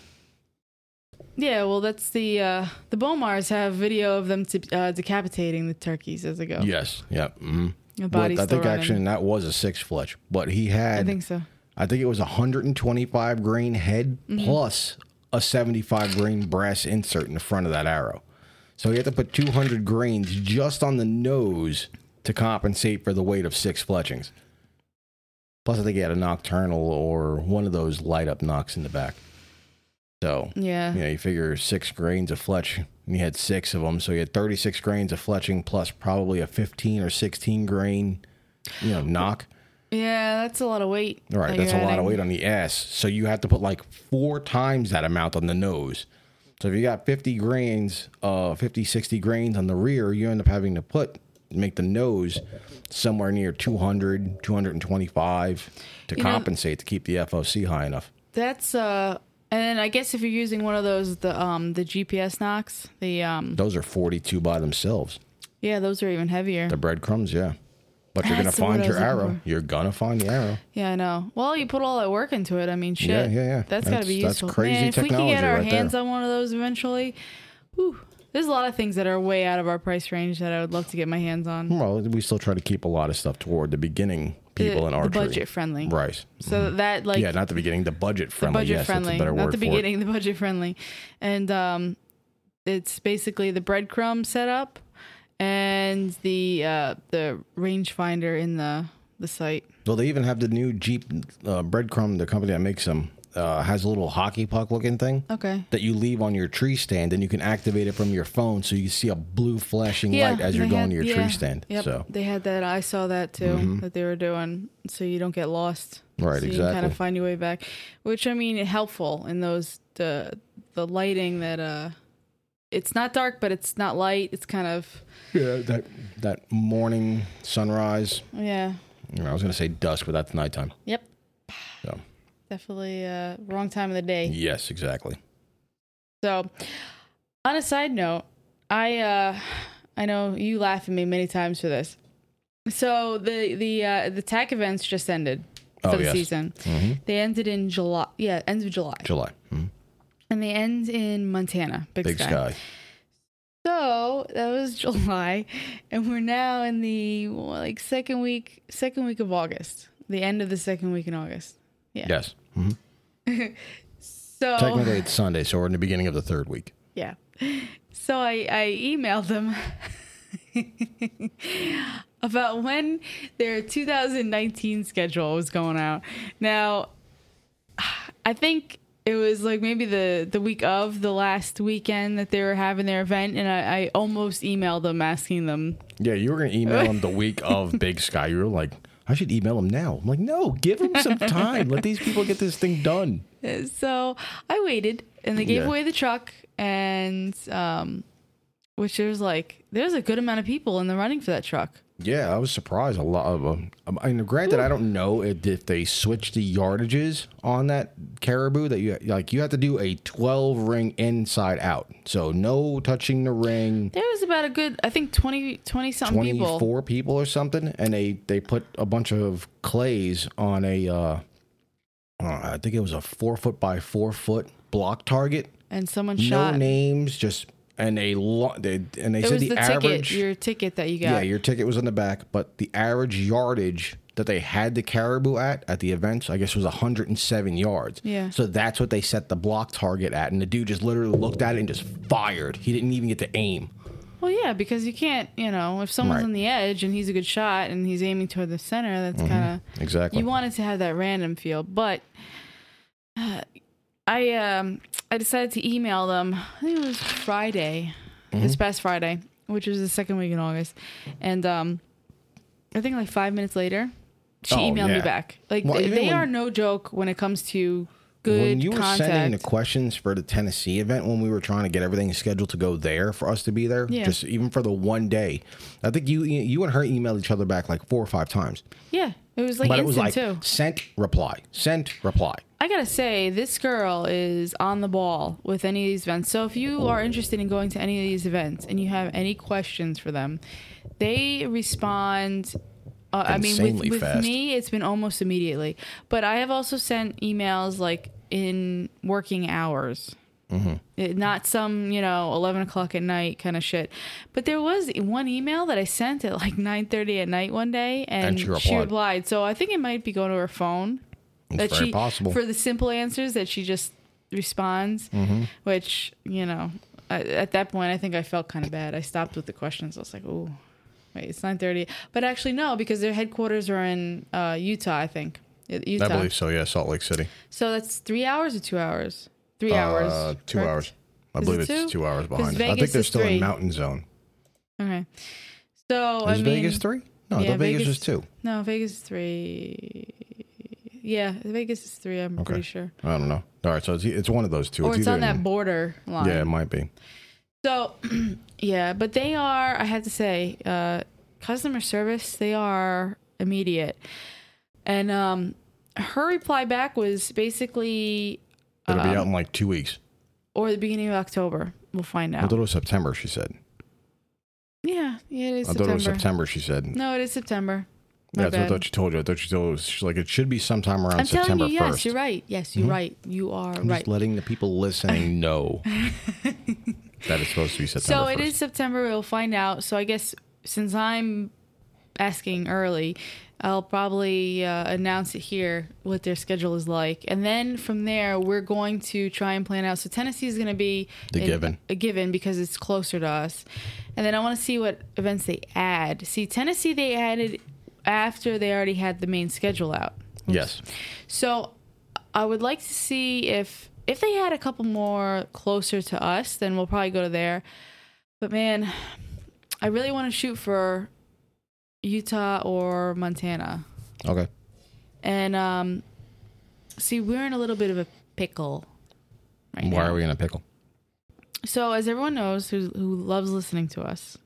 A: yeah. Well, that's the uh, the Bomars have video of them to, uh, decapitating the turkeys as they go.
B: Yes. Yep. mm
A: The
B: But
A: body's
B: I
A: still
B: think
A: running.
B: actually that was a six fletch, but he had,
A: I think so.
B: it was a 125 grain head plus a 75 grain brass insert in the front of that arrow. So you have to put 200 grains just on the nose to compensate for the weight of six fletchings. Plus, I think he had a nocturnal or one of those light up knocks in the back. So,
A: Yeah.
B: you know, you figure six grains of fletch, and you had six of them. So you had 36 grains of fletching plus probably a 15 or 16 grain, you know, knock.
A: Yeah, that's a lot of weight.
B: All right,
A: that
B: that's a
A: you're
B: lot of
A: adding.
B: weight on the ass. So you have to put like four times that amount on the nose. So if you got 50 grains, uh, 50, 60 grains on the rear, you end up having to put, make the nose somewhere near 200, 225 to
A: You know-
B: compensate to keep the FOC high enough.
A: That's uh, and I guess if you're using one of those the um the GPS knocks, the um
B: Those are 42 by themselves.
A: yeah, those are even heavier.
B: The breadcrumbs, yeah. But you're going to
A: That's the word
B: find
A: I
B: your
A: was looking
B: arrow.
A: for.
B: You're going to find the arrow.
A: Yeah, I know. Well, you put all that work into it. I mean, shit.
B: Yeah, yeah, yeah.
A: That's,
B: That's-
A: gotta be
B: that's
A: useful.
B: crazy
A: Man, if we can get
B: technology
A: our
B: right
A: hands
B: there.
A: on one of those eventually, whew, there's a lot of things that are way out of our price range that I would love to get my hands on.
B: Well, we still try to keep a lot of stuff toward the beginning people
A: the,
B: in
A: the
B: archery.
A: budget friendly.
B: Right.
A: So that like
B: yeah, not the beginning, the budget friendly.
A: budget
B: yes,
A: friendly,
B: that's a better
A: not
B: word
A: the
B: for it.
A: beginning, the budget friendly, and um, it's basically the breadcrumb setup and the uh the rangefinder in the the site.
B: Well, they even have the new Jeep uh, breadcrumb. The company that makes them uh, has a little hockey puck looking thing
A: Okay.
B: that you leave on your tree stand, and you can activate it from your phone, so you see a blue flashing light as you're
A: they
B: going
A: had-
B: to your
A: yeah,
B: tree stand.
A: Yep,
B: So Mm-hmm.
A: they had that. I saw that too that they were doing, so you don't get lost.
B: Right,
A: so You can kind
B: exactly.
A: of find your way back, which I mean, helpful in those the the lighting that uh, it's not dark, but it's not light. It's kind of
B: yeah, that that morning sunrise.
A: yeah,
B: you know, I was going to say dusk, but that's nighttime.
A: yep,
B: So
A: definitely uh, wrong time of the day.
B: yes, exactly.
A: So, on a side note, I uh, I know you laugh at me many times for this. So the the uh, the tack events just ended for
B: Oh,
A: the
B: yes.
A: season. They ended in July. Yeah, ends of July,
B: July, Mhm.
A: and they end in Montana, Big,
B: big
A: Sky.
B: sky.
A: So that was July, and we're now in the well, like second week, second week of August, the end of the second week in August.
B: Yes, hmm
A: So
B: technically it's Sunday, so we're in the beginning of the third week.
A: Yeah. So I, I emailed them about when their 2019 schedule was going out. Now, I think it was like maybe the the week of the last weekend that they were having their event, and I, I almost emailed them asking them.
B: Yeah, you were gonna email him the week of Big Sky. You were like, I should email him now. I'm like, no, give him some time. Let these people get this thing done.
A: Uh, So I waited, and they gave
B: Yeah.
A: away the truck, and um, which there's like there's a good amount of people in the running for that truck.
B: Yeah, I was surprised. A lot of them. Um, And granted, I don't know if, if they switched the yardages on that caribou that you like. You have to do a twelve ring inside out, so no touching the ring.
A: There was about a good I think 20 20 something
B: Twenty
A: people.
B: four people or something, and they they put a bunch of clays on a. Uh, I don't know, I think it was a four foot by four foot block target.
A: and someone shot.
B: No names, just and a lo- they and they
A: it
B: said
A: was
B: the,
A: the,
B: average.
A: ticket, your ticket that you got.
B: Yeah, your ticket was in the back, but the average yardage that they had the caribou at at the events, I guess, was 107 yards.
A: Yeah.
B: So that's what they set the block target at, and the dude just literally looked at it and just fired. He didn't even get to aim.
A: Well, yeah, because you can't, you know, if someone's
B: Right.
A: on the edge and he's a good shot and he's aiming toward the center, that's
B: Mm-hmm.
A: kind of
B: Exactly.
A: you wanted to have that random feel. But uh, I um I decided to email them. I think it was Friday,
B: Mm-hmm.
A: this past Friday, which was the second week in August, and um I think like five minutes later, she
B: Oh,
A: emailed me
B: yeah.
A: back. Like
B: Well,
A: they,
B: even
A: they
B: when-
A: are no joke when it comes to good
B: when you were
A: contact.
B: sending the questions for the Tennessee event, when we were trying to get everything scheduled to go there for us to be there,
A: Yeah.
B: just even for the one day, I think you you and her emailed each other back like four or five times,
A: yeah, it was like
B: but it was
A: instant
B: like
A: too.
B: sent reply, sent reply.
A: I gotta say, this girl is on the ball with any of these events. So if you are interested in going to any of these events and you have any questions for them, they respond. Uh, I mean,
B: Insanely
A: with, with
B: fast.
A: me, it's been almost immediately. But I have also sent emails like in working hours.
B: Mm-hmm.
A: It- not some you know 11 o'clock at night kind of shit but there was one email that i sent at like 9.30 at night one day and,
B: And she
A: she, replied.
B: replied.
A: so i think it might be going to her phone that
B: very
A: she
B: possible.
A: for the simple answers that she just responds
B: Mm-hmm.
A: which you know I, at that point i think i felt kind of bad i stopped with the questions i was like oh wait it's 9.30 but actually no because their headquarters are in uh, utah i think Uh, utah
B: so. Yeah, Salt Lake City.
A: so that's three hours or two hours three hours
B: Uh, two
A: correct?
B: hours. I
A: Is
B: believe
A: it
B: it's
A: two?
B: two hours behind. us. I
A: Vegas
B: think they're
A: is
B: still
A: three.
B: in Mountain Zone.
A: Okay. So
B: Is
A: I mean,
B: Vegas three? No, I
A: yeah,
B: thought Vegas,
A: Vegas-
B: was two.
A: No, Vegas is three. Yeah, Vegas is three. I'm pretty sure.
B: I don't know. All right, so it's, it's one of those two.
A: Or it's,
B: either
A: on that
B: in-
A: border line.
B: Yeah, it might be.
A: So, yeah, but they are. I have to say, uh, customer service. They are immediate, and um, her reply back was basically,
B: It'll
A: Um,
B: be out in like two weeks.
A: or the beginning of October. We'll find
B: I
A: out.
B: thought it was September. She said.
A: Yeah, yeah, it is
B: I thought it was
A: September.
B: September. She said.
A: No, it is September. My
B: yeah, that's what I
A: bad.
B: thought she told you. I thought she told you it was she's like it should be sometime around
A: I'm
B: September
A: telling you, yes,
B: first. Mm-hmm.
A: you're right. Yes, you're right. You are
B: I'm
A: right.
B: just letting the people listening know that it's supposed to be September.
A: So it
B: 1st.
A: is September. We'll find out. So I guess since I'm asking early, I'll probably uh, announce it here what their schedule is like, and then from there we're going to try and plan out. So Tennessee is going to be
B: The
A: an-
B: given.
A: a given because it's closer to us, and then I want to see what events they add. See Tennessee, they added after they already had the main schedule out.
B: Yes.
A: So I would like to see if if they had a couple more closer to us, then we'll probably go to there. But man, I really want to shoot for Utah or Montana.
B: Okay.
A: And um see, we're in a little bit of a pickle right
B: Why
A: now.
B: are we in a pickle?
A: So as everyone knows who who loves listening to us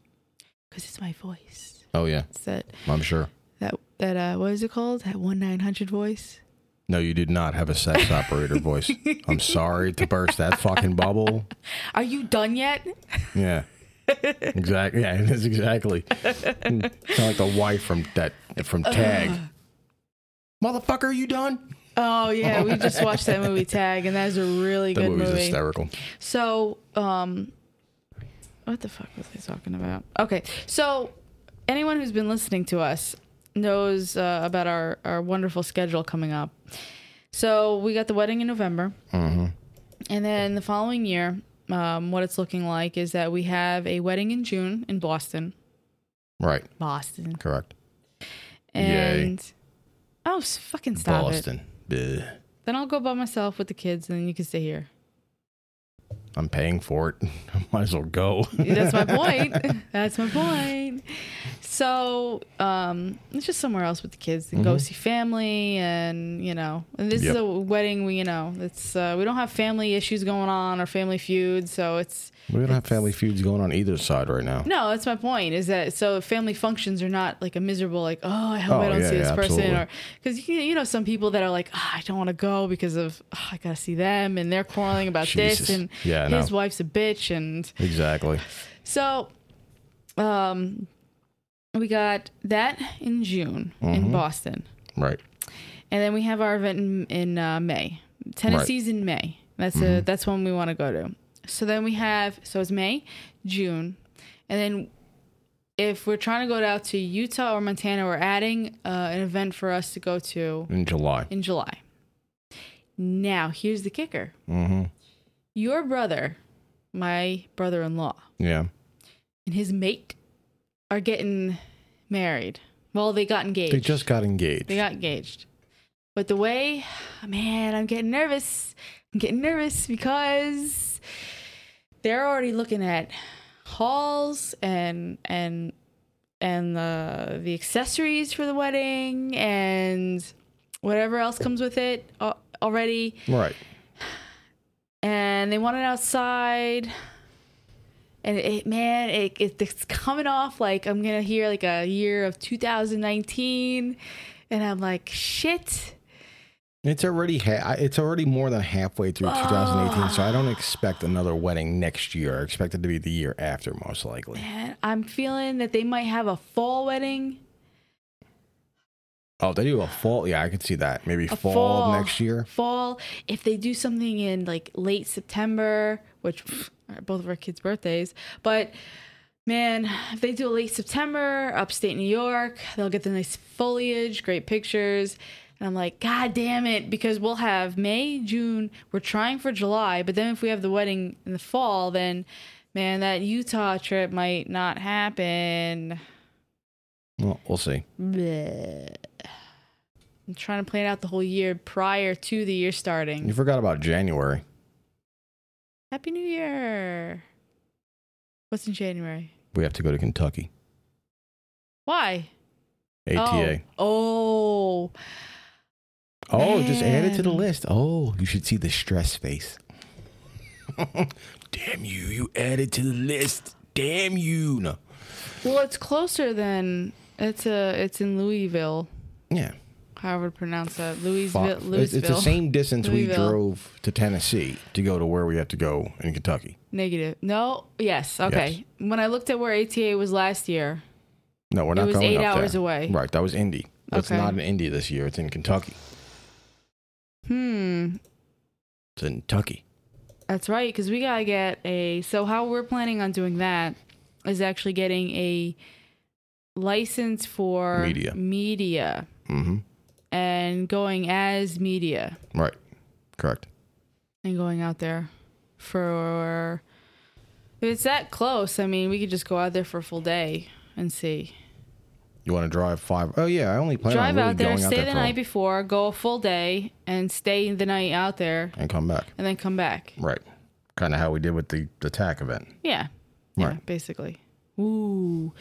A: cuz it's my voice.
B: Oh yeah,
A: It's that
B: I'm sure.
A: that that uh what is it called? That 1-900 voice.
B: No, you did not have a sex operator voice. I'm sorry to burst that fucking bubble.
A: Are you done yet?
B: Yeah. Exactly. Yeah, it is exactly. Sound like the wife from that from Tag. Motherfucker, you done?
A: Oh yeah, we just watched that movie Tag, and that is a really
B: That
A: good
B: movie's
A: movie.
B: hysterical.
A: So, um, what the fuck was I talking about? Okay, so anyone who's been listening to us knows uh, about our our wonderful schedule coming up. So we got the wedding in November,
B: Mm-hmm.
A: and then the following year, um, what it's looking like is that we have a wedding in June in Boston.
B: Right.
A: Boston.
B: Correct.
A: And oh, s- fucking stop it.
B: Boston. Bleh.
A: Then I'll go by myself with the kids, and you can stay here.
B: I'm paying for it. I might as well go.
A: That's my point. That's my point. So um, it's just somewhere else with the kids and go see family, and you know, and this
B: Mm-hmm. Yep.
A: is a wedding. We you know, it's uh, we don't have family issues going on or family feuds, so it's
B: We don't have family feuds going on either side right now.
A: No, that's my point. Is that so? Family functions are not like a miserable like. Oh, I hope
B: Oh,
A: I don't
B: yeah,
A: see this
B: yeah,
A: person,
B: absolutely.
A: or because you, you know some people that are like, "Ah, I don't want to go because of ah, I gotta see them, and they're quarreling about
B: Jesus.
A: this, and
B: Yeah, I
A: his
B: know.
A: wife's a bitch, and
B: Exactly.
A: so, um, we got that in June in Boston,
B: Right.
A: and then we have our event in, in uh, May. Tennessee's in May. That's a, that's one we want to go to. So then we have so it's May, June, and then if we're trying to go out to Utah or Montana, we're adding uh, an event for us to go to
B: In July.
A: in July. Now here's the kicker:
B: hmm
A: your brother, my brother-in-law,
B: Yeah.
A: and his mate are getting married. Well, they got engaged.
B: They just got engaged.
A: They got engaged. But the way, man, I'm getting nervous. I'm getting nervous because they're already looking at halls and and and the the accessories for the wedding and whatever else comes with it al- already.
B: right.
A: And they want it outside. And it, man, it, it, it's coming off like I'm gonna hear like a year of 2019, and I'm like, shit.
B: It's already ha- it's already more than halfway through
A: Ah.
B: 2018, so I don't expect another wedding next year. I expect it to be the year after, most likely.
A: And I'm feeling that they might have a fall wedding.
B: Oh, they do a fall. Yeah, I could see that. Maybe
A: A
B: fall,
A: fall.
B: next year.
A: Fall. If they do something in like late September, which pff, are both of our kids' birthdays, but man, if they do a late September, upstate New York, they'll get the nice foliage, great pictures. And I'm like, God damn it, because we'll have May, June, we're trying for July, but then if we have the wedding in the fall, then man, that Utah trip might not happen.
B: Well, we'll see.
A: Bleh. I'm trying to plan out the whole year prior to the year starting.
B: You forgot about January.
A: Happy New Year. What's in January?
B: We have to go to Kentucky.
A: Why?
B: ATA.
A: Oh. oh.
B: Oh, just add it to the
A: Man.
B: list. Oh, you should see the stress face. Damn you! You added to the list. Damn you! No.
A: Well, it's closer than it's a it's in Louisville.
B: Yeah.
A: However to pronounce that.
B: Fi-
A: Louisville
B: It's,
A: Louisville.
B: it's the same distance we
A: Louisville.
B: drove to Tennessee to go to where we have to go in Kentucky.
A: Negative. No, yes. Okay. When I looked at where ATA was last year,
B: No, we're
A: It
B: not
A: was
B: going
A: eight
B: up
A: hours
B: there.
A: away.
B: Right, that was Indy. It's
A: Okay.
B: not in Indy this year. It's in Kentucky.
A: hmm,
B: It's in Kentucky.
A: That's right, because we gotta get a. So how we're planning on doing that is actually getting a license for
B: Media.
A: media
B: hmm
A: and going as media
B: Right. Correct.
A: and going out there for. If it's that close, I mean, we could just go out there for a full day and see.
B: You want to drive five oh yeah, I only plan
A: Drive
B: on really
A: out there,
B: going out
A: stay
B: there
A: the
B: for a-
A: night before, go a full day, and stay the night out there,
B: and come back.
A: and then come back.
B: Right. Kind of how we did with the the TAC event.
A: Yeah. Yeah,
B: Right.
A: basically. Ooh.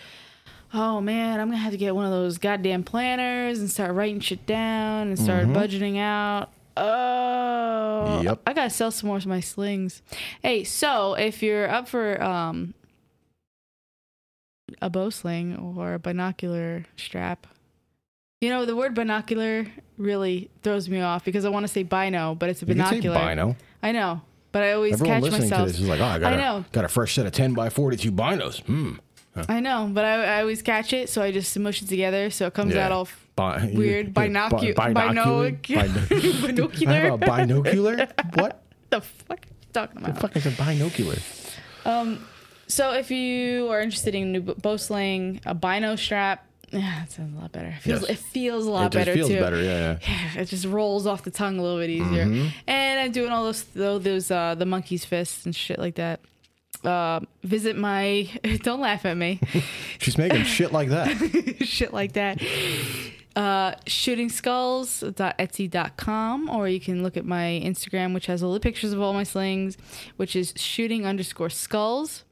A: Oh man, I'm gonna have to get one of those goddamn planners and start writing shit down and start budgeting out. Oh,
B: Mm-hmm. Yep.
A: I gotta sell some more of my slings. Hey, so if you're up for um a bow sling or a binocular strap, you know the word binocular really throws me off because I want to say bino, but it's a
B: You could say
A: binocular.
B: bino.
A: I know, but I always
B: Everyone
A: catch
B: listening
A: myself.
B: to this is like, oh, I got
A: I
B: a-
A: know.
B: got a fresh set of ten by forty two binos. Hmm.
A: I know, but I, I always catch it, so I just mush it together, so it comes
B: Yeah.
A: out all f-
B: Bi-
A: weird.
B: bi-
A: Binocu-
B: binocular.
A: binoc-
B: I have a
A: binocular.
B: binocular. what?
A: the fuck are you talking
B: The
A: about?
B: fuck is a binocular?
A: Um, so if you are interested in new bo- bow sling, a bino strap, yeah, that sounds a lot better. It feels,
B: Yes.
A: it feels a
B: It
A: lot
B: just
A: better
B: feels
A: too.
B: better. Yeah, Mm-hmm. yeah.
A: Yeah, it just rolls off the tongue a little bit easier. And I'm doing all those tho- those uh, the monkey's fists and shit like that. uh, visit my. Don't laugh at me.
B: She's making shit like that.
A: shit like that. Uh, shootingskulls.etsy.com, or you can look at my Instagram, which has all the pictures of all my slings, which is shooting underscore skulls.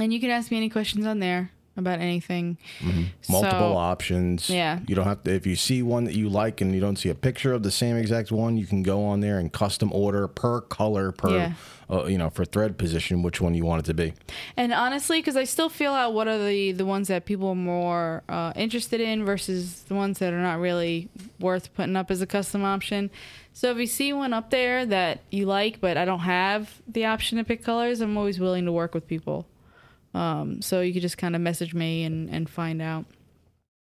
A: And you can ask me any questions on there about anything.
B: Mm-hmm. Multiple
A: So-
B: options.
A: Yeah.
B: You don't have to. If you see one that you like and you don't see a picture of the same exact one, you can go on there and custom order per color per.
A: Yeah.
B: Uh, you know, for thread position, which one you want it to be.
A: And honestly, because I still feel out what are the the ones that people are more uh, interested in versus the ones that are not really worth putting up as a custom option. So if you see one up there that you like, but I don't have the option to pick colors, I'm always willing to work with people. Um, so you could just kind of message me and and find out.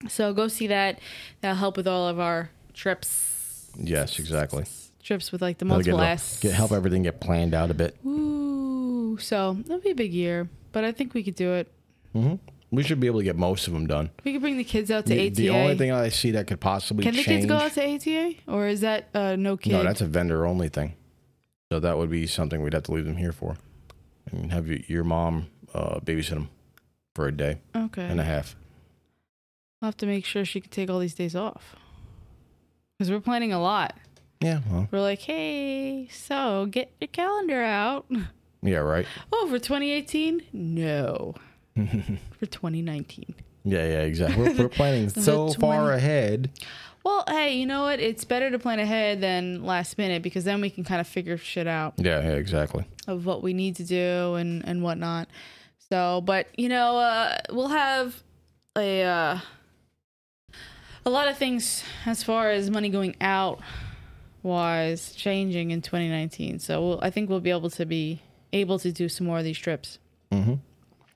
A: So go see that. That'll help with all of our trips.
B: Yes, exactly.
A: Trips with like the
B: That'll get
A: multiple
B: it all-
A: S.
B: Get, help everything get planned out a bit.
A: Ooh, so that'll be a big year, but I think we could do it.
B: Mm-hmm. We should be able to get most of them done.
A: We could bring the kids out to
B: The,
A: ATA.
B: the only thing I see that could possibly
A: Can the
B: change.
A: kids go out to ATA, or is that uh, no kid?
B: No, that's a vendor only thing. So that would be something we'd have to leave them here for, and have y- your mom uh, babysit them for a day
A: okay.
B: and a half.
A: I'll have to make sure she can take all these days off because we're planning a lot.
B: Yeah, well,
A: We're like, hey, so get your calendar out.
B: yeah, right.
A: Oh, for 2018? No, for 2019.
B: Yeah, yeah, exactly. We're, we're planning so far
A: 20
B: ahead.
A: Well, hey, you know what? It's better to plan ahead than last minute because then we can kind of figure shit out.
B: Yeah, yeah, exactly.
A: of what we need to do and and whatnot. So, but you know, uh, we'll have a uh, a lot of things as far as money going out wise changing in 2019. So we'll, I think we'll be able to be able to do some more of these trips.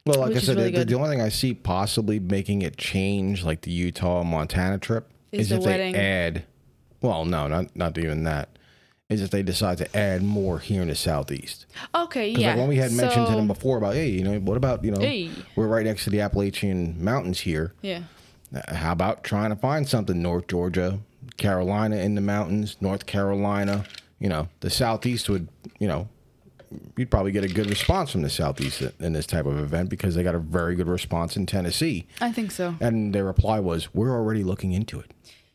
B: Well, like
A: Which
B: I
A: is
B: said,
A: really
B: the- the,
A: good.
B: the only thing I see possibly making it change, like the Utah Montana trip,
A: Is
B: is,
A: the
B: if
A: wedding.
B: they add. Well, no, not not even that. Is if they decide to add more here in the southeast.
A: Okay,
B: Because
A: yeah.
B: like when we had mentioned to
A: So-
B: them before about, hey, you know, what about you know,
A: Hey.
B: we're right next to the Appalachian Mountains here.
A: yeah.
B: Uh, How about trying to find something North Georgia, Carolina in the mountains, North Carolina? You know, the southeast would, you know, you'd probably get a good response from the southeast in- in this type of event because they got a very good response in Tennessee,
A: I think so.
B: and their reply was, "We're already looking into it."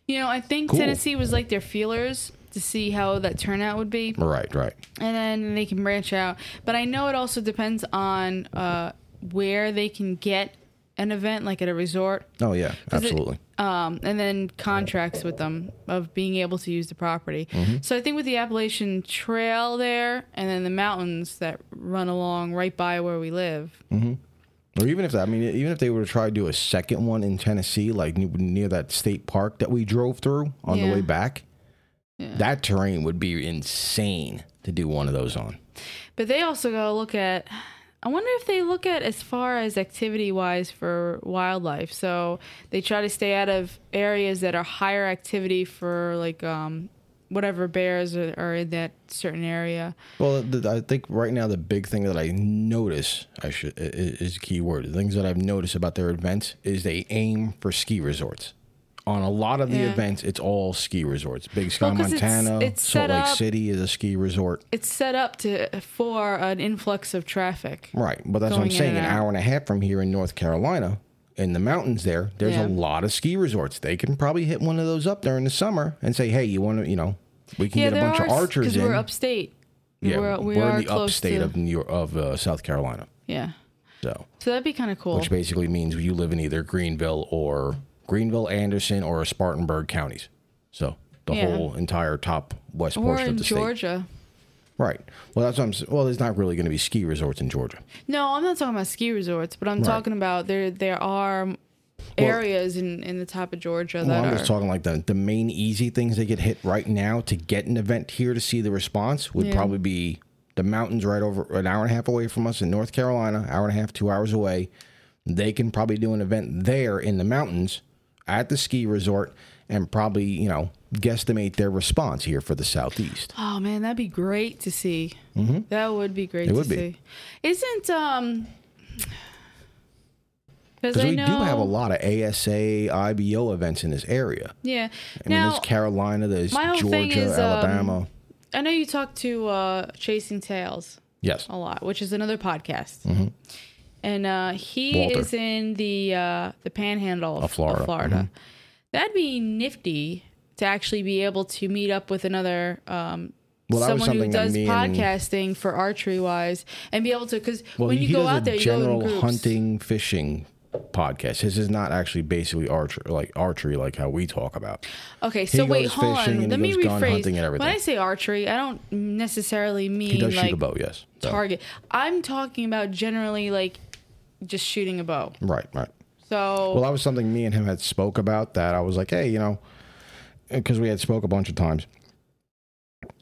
A: You know, I think
B: Cool.
A: Tennessee was like their feelers to see how that turnout would be.
B: Right, right.
A: and then they can branch out. But I know it also depends on uh, where they can get an event, like at a resort,
B: Oh yeah,
A: it-
B: absolutely.
A: um, and then contracts with them of being able to use the property. So I think with the Appalachian Trail there, and then the mountains that run along right by where we live.
B: Or even if that, I mean, even if they were to try to do a second one in Tennessee, like ne- near that state park that we drove through on
A: Yeah.
B: the way back, that terrain would be insane to do one of those on.
A: But they also got to look at. I wonder if they look at as far as activity wise for wildlife. So they try to stay out of areas that are higher activity for like um, whatever bears are, are in that certain area.
B: Well, th- I think right now the big thing that I notice, I should i- i- is a key word. The things that I've noticed about their events is they aim for ski resorts. On a lot of the
A: Yeah.
B: events, it's all ski resorts. Big Sky,
A: Well, 'cause it's-
B: Montana,
A: it's
B: Salt
A: set
B: Lake
A: up-
B: City is a ski resort.
A: It's set up to for an influx of traffic.
B: Right, but that's what I'm
A: going in
B: saying.
A: and
B: An
A: out.
B: hour and a half from here in North Carolina, in the mountains there, there's
A: Yeah.
B: a lot of ski resorts. They can probably hit one of those up during the summer and say, "Hey, you want to, you know, we can get a bunch of archers in."
A: we're upstate.
B: yeah,
A: we're, we
B: we're
A: are
B: in the
A: close
B: upstate
A: to,
B: of New York, of uh, South Carolina,
A: yeah.
B: so
A: So that'd be kind of cool.
B: which basically means you live in either Greenville or Greenville, Anderson, or Spartanburg counties. So the
A: Yeah.
B: whole entire top west
A: Or
B: portion
A: in
B: of the state.
A: Georgia.
B: Right. Well, that's what I'm. s- Well, there's not really going to be ski resorts in Georgia.
A: No, I'm not talking about ski resorts, but I'm talking about there there are areas in, in the top of Georgia that
B: Well, I'm
A: are
B: just talking like the the main easy things they could hit right now to get an event here to see the response would
A: Yeah.
B: probably be the mountains right over an hour and a half away from us in North Carolina, hour and a half, two hours away. They can probably do an event there in the mountains at the ski resort and probably, you know, guesstimate their response here for the southeast.
A: Oh man, that'd be great to see. That would be great
B: Mm-hmm. It
A: to
B: would be.
A: see. Isn't um because
B: Because
A: I
B: we
A: know
B: do have a lot of ASA, IBO events in this area.
A: Yeah.
B: I mean,
A: now
B: there's Carolina, there's
A: my whole thing
B: Georgia,
A: is, um,
B: Alabama.
A: I know you talked to uh Chasing Tails
B: Yes.
A: a lot, which is another podcast.
B: Mhm.
A: And uh, he
B: Walter.
A: is in the uh, the Panhandle of,
B: Of Florida. Mm-hmm.
A: Florida. Florida. That'd be nifty to actually be able to meet up with another um,
B: Well, that was
A: someone who
B: something that
A: does
B: me and-
A: podcasting for archery wise, and be able to because
B: Well,
A: when
B: he
A: you go
B: does
A: out
B: a
A: there, you go in
B: general
A: groups.
B: hunting, fishing podcast. His is not actually basically archer like archery like how we talk about.
A: Okay, so wait,
B: goes
A: hold
B: fishing
A: on.
B: and
A: Let
B: he
A: me
B: goes gun
A: rephrase.
B: hunting and everything.
A: When I say archery, I don't necessarily mean
B: He does
A: like
B: shoot a bow, yes. So-
A: target. I'm talking about generally like just shooting a bow.
B: Right, right.
A: So
B: Well, that was something me and him had spoke about that I was like, hey, you know, because we had spoke a bunch of times,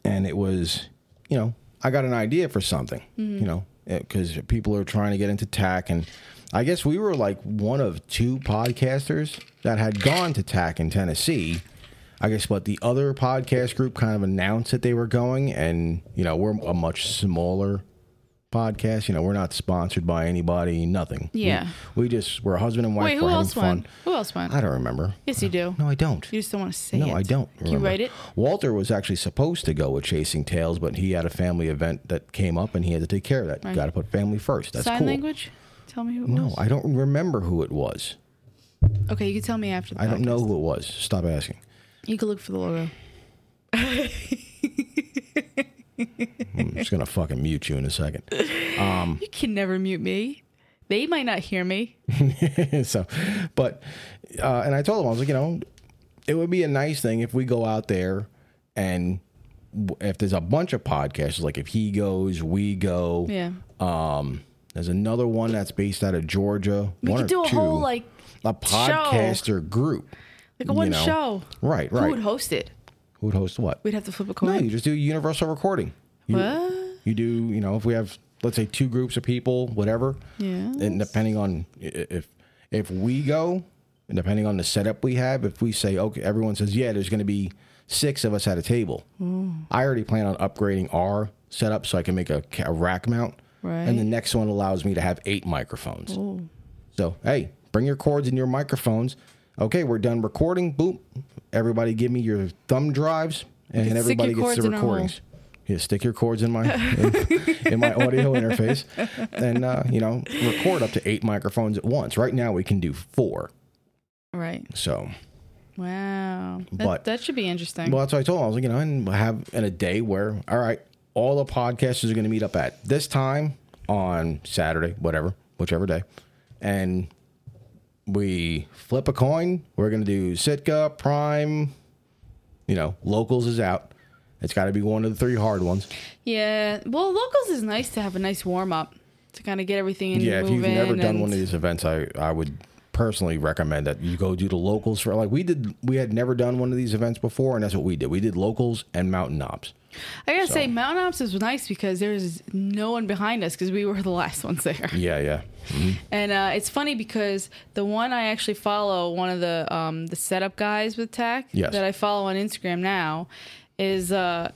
B: and it was, you know, I got an idea for something, you know, because people are trying to get into tack, and I guess we were like one of two podcasters that had gone to tack in Tennessee. I guess, but the other podcast group kind of announced that they were going, and you know, we're a much smaller podcast. You know, we're not sponsored by anybody, nothing. We-
A: Yeah.
B: we, just we're husband and wife.
A: wait,
B: we're
A: who
B: having
A: else
B: fun.
A: won? Who else won?
B: I don't remember.
A: Yes, you do.
B: No, I don't.
A: You just don't want to say it.
B: No, I don't.
A: Can you
B: remember.
A: write it?
B: Walter was actually supposed to go with Chasing Tails, but he had a family event that came up and he had to take care of that.
A: Right.
B: Got to put family first. That's
A: Sign
B: cool.
A: language? Tell me who it
B: No,
A: was.
B: I don't remember who it was.
A: Okay, you can tell me after the
B: I don't know
A: podcast.
B: who it was. Stop asking.
A: You can look for the logo.
B: I'm just gonna fucking mute you in a second. Hmm.
A: You can never mute me. They might not hear me.
B: so, but, uh, and I told him, I was like, you know, it would be a nice thing if we go out there and w- if there's a bunch of podcasts, like if he goes, we go.
A: Yeah.
B: Um, there's another one that's based out of Georgia.
A: We
B: one
A: could do
B: or
A: a
B: two,
A: whole like
B: a podcaster group.
A: like a
B: you
A: one
B: know.
A: show.
B: Right,
A: Who
B: right.
A: would host it?
B: Who would host what?
A: We'd have to flip a coin.
B: No, you just do universal recording. You,
A: What?
B: you do, you know, if we have let's say two groups of people, whatever.
A: Yes.
B: And depending on i- i- if if we go, and depending on the setup we have, if we say okay, everyone says yeah, there's going to be six of us at a table.
A: Mm.
B: I already plan on upgrading our setup so I can make a, ca- a rack mount, and the
A: Right.
B: next one allows me to have eight microphones.
A: Oh.
B: So hey, bring your cords and your microphones. Okay, we're done recording. Boop. Everybody, give me your thumb drives, and
A: can stick
B: everybody
A: your
B: gets the
A: cords in our hole.
B: recordings. Yeah, stick your cords in my in, in my audio interface, and uh, you know, record up to eight microphones at once. Right now, we can do four.
A: Right.
B: So,
A: Wow. That,
B: But-
A: that should be interesting.
B: well, that's what I told him. I was like, you know, and we'll have in a day where, all right, all the podcasters are going to meet up at this time on Saturday, whatever, whichever day, and we flip a coin. We're going to do Sitka, Prime, you know, locals is out. It's got to be one of the three hard ones.
A: yeah. Well, locals is nice to have a nice warm up to kind of get everything in.
B: Yeah, if you've
A: moving
B: never done
A: and-
B: one of these events, I I would personally recommend that you go do the locals for like we did. We had never done one of these events before, and that's what we did. We did locals and mountain ops.
A: I gotta say, Mountain Ops was nice because there's no one behind us because we were the last ones there.
B: Yeah, yeah.
A: And uh, it's funny because the one I actually follow, one of the um, the setup guys with Tech
B: Yes.
A: that I follow on Instagram now, is uh,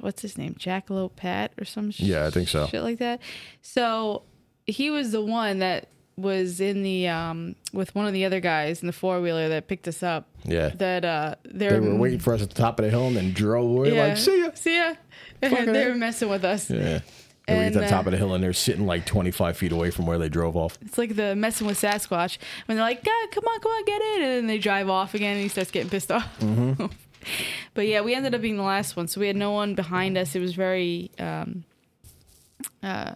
A: what's his name, Jackalope Pat or some sh-
B: Yeah, I think so.
A: shit like that. So he was the one that was in the um, with one of the other guys in the four wheeler that picked us up.
B: Yeah.
A: that uh,
B: They were waiting for us at the top of the hill and then drove away like, see ya.
A: see ya.
B: Fucking
A: they
B: A.
A: were messing with us.
B: Yeah. And we get to the
A: And, uh,
B: top of the hill and they're sitting like 25 feet away from where they drove off.
A: It's like the messing with Sasquatch when they're like, God, come on, come on, get in. And then they drive off again and he starts getting pissed off.
B: Mm-hmm.
A: but yeah, we ended up being the last one. So we had no one behind us. It was very, um, uh,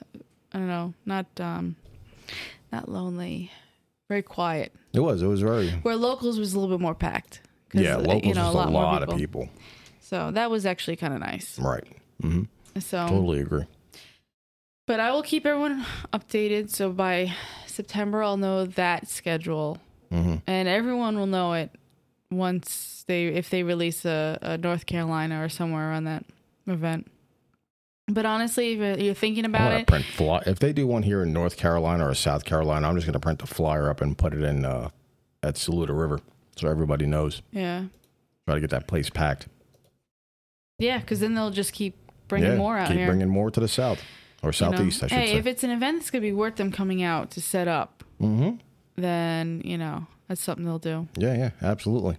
A: I don't know, not, um, not lonely, very quiet.
B: It was. It was very.
A: Where locals was a little bit more packed. 'cause,
B: Yeah,
A: uh,
B: locals
A: you know,
B: was a lot,
A: more
B: of people.
A: So that was actually kind of nice.
B: Right. hmm
A: So,
B: Totally agree.
A: but I will keep everyone updated. So by September, I'll know that schedule.
B: hmm
A: and everyone will know it once they if they release a, a North Carolina or somewhere around that event. But honestly, if you're thinking
B: I
A: about
B: want
A: it,
B: to print fly. If they do one here in North Carolina or South Carolina, I'm just going to print the flyer up and put it in uh, at Saluda River so everybody knows.
A: yeah,
B: Try to get that place packed.
A: yeah, because then they'll just keep bringing
B: Yeah,
A: more out
B: Keep
A: here.
B: bringing more to the south
A: you
B: or
A: know?
B: southeast, I should
A: hey,
B: say.
A: if it's an event that's gonna be worth them coming out to set up,
B: hmm
A: then you know that's something they'll do.
B: Yeah, yeah, absolutely.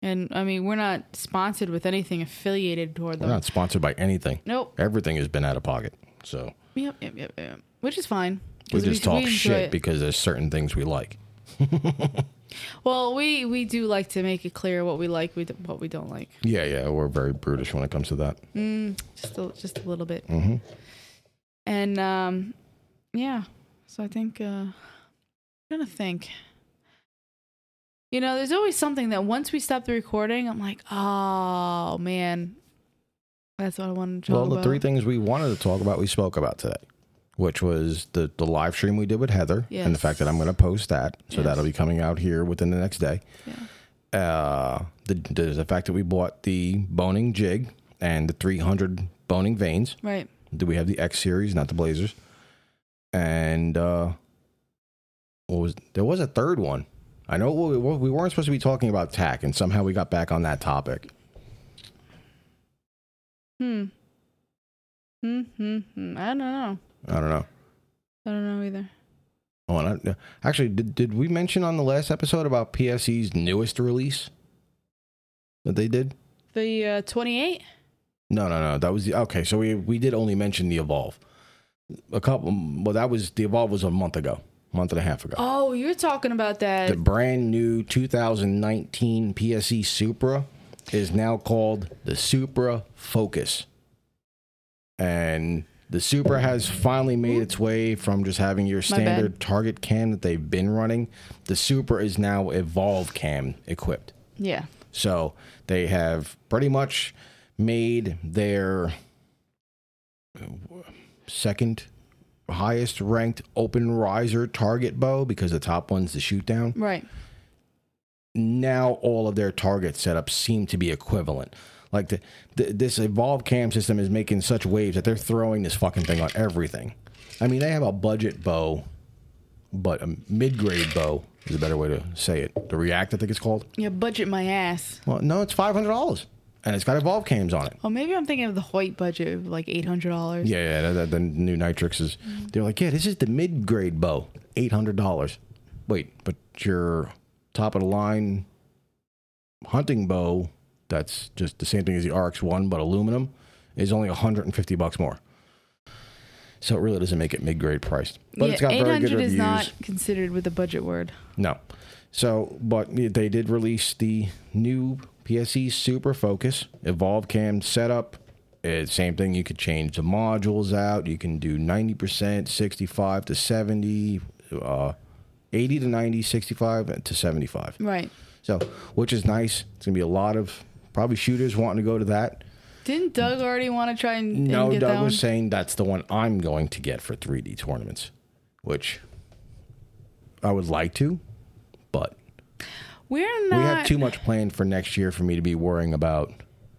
A: And I mean, we're not sponsored with anything affiliated toward
B: We're
A: them.
B: not sponsored by anything.
A: Nope.
B: Everything has been out of pocket. So
A: Yep, yep, yep, yep. Which is fine.
B: we
A: 'cause
B: just talk
A: enjoy
B: shit
A: it.
B: because there's certain things we like.
A: well, we we do like to make it clear what we like, we d- what we don't like.
B: Yeah, yeah, we're very brutish when it comes to that.
A: Mm, Just a, just a little bit.
B: hmm
A: And um, yeah. So I think uh, I'm trying to think. You know, there's always something that once we stop the recording, I'm like, oh man, that's what I wanted to talk
B: Well, the
A: about.
B: three things we wanted to talk about, we spoke about today, which was the the live stream we did with Heather, and the fact that I'm going to post that, so
A: Yes.
B: that'll be coming out here within the next day.
A: Yeah.
B: Uh, the, there's the fact that we bought the boning jig and the 300 boning veins.
A: Right.
B: Do we have the X series, not the Blazers? And uh, what was there was a third one? I know we, we weren't supposed to be talking about tack, and somehow we got back on that topic.
A: Hmm. Hmm. Hmm. hmm. I don't know.
B: I don't know.
A: I don't know either.
B: Oh, and I, actually, did, did we mention on the last episode about PFC's newest release that they did?
A: The uh, 28.
B: No, no, no. That was the okay. So we we did only mention the evolve. A couple. Well, that was the evolve was a month ago, month and a half ago.
A: Oh, you're talking about that.
B: The brand new 2019 PSE E Supra is now called the Supra Focus. And the Supra has finally made its way from just having your
A: My bad.
B: standard target cam that they've been running. The Supra is now Evolve cam equipped.
A: yeah.
B: So they have pretty much made their uh, second highest ranked open riser target bow because the top one's the shoot down
A: Right.
B: now all of their target setups seem to be equivalent. Like the, the, this evolved cam system is making such waves that they're throwing this fucking thing on everything. I mean, they have a budget bow, but a mid-grade bow is a better way to say it. The React, I think it's called.
A: Yeah. Budget my ass.
B: Well, no, it's five hundred dollars, and it's got evolved cams on it.
A: Oh, maybe I'm thinking of the Hoyt budget of like $800.
B: Yeah, yeah, the, the, the new Nitrix is. They're like, yeah, this is the mid-grade bow, eight hundred dollars. Wait, but your top of the line hunting bow, that's just the same thing as the RX one, but aluminum, is only hundred and fifty bucks more. So it really doesn't make it mid-grade priced, but it's got very good reviews.
A: is not considered with a budget word.
B: No, so but they did release the new PSE Super Focus Evolve Cam setup. It's same thing. You could change the modules out. You can do 90%, 65 to 70, uh, 80 to 90, 65 to 75.
A: Right.
B: So, which is nice. It's going to be a lot of probably shooters wanting to go to that.
A: Didn't Doug already want to try and, and
B: No,
A: get that
B: Doug
A: one?
B: was saying that's the one I'm going to get for 3D tournaments, which I would like to, but
A: We're not
B: we have too much planned for next year for me to be worrying about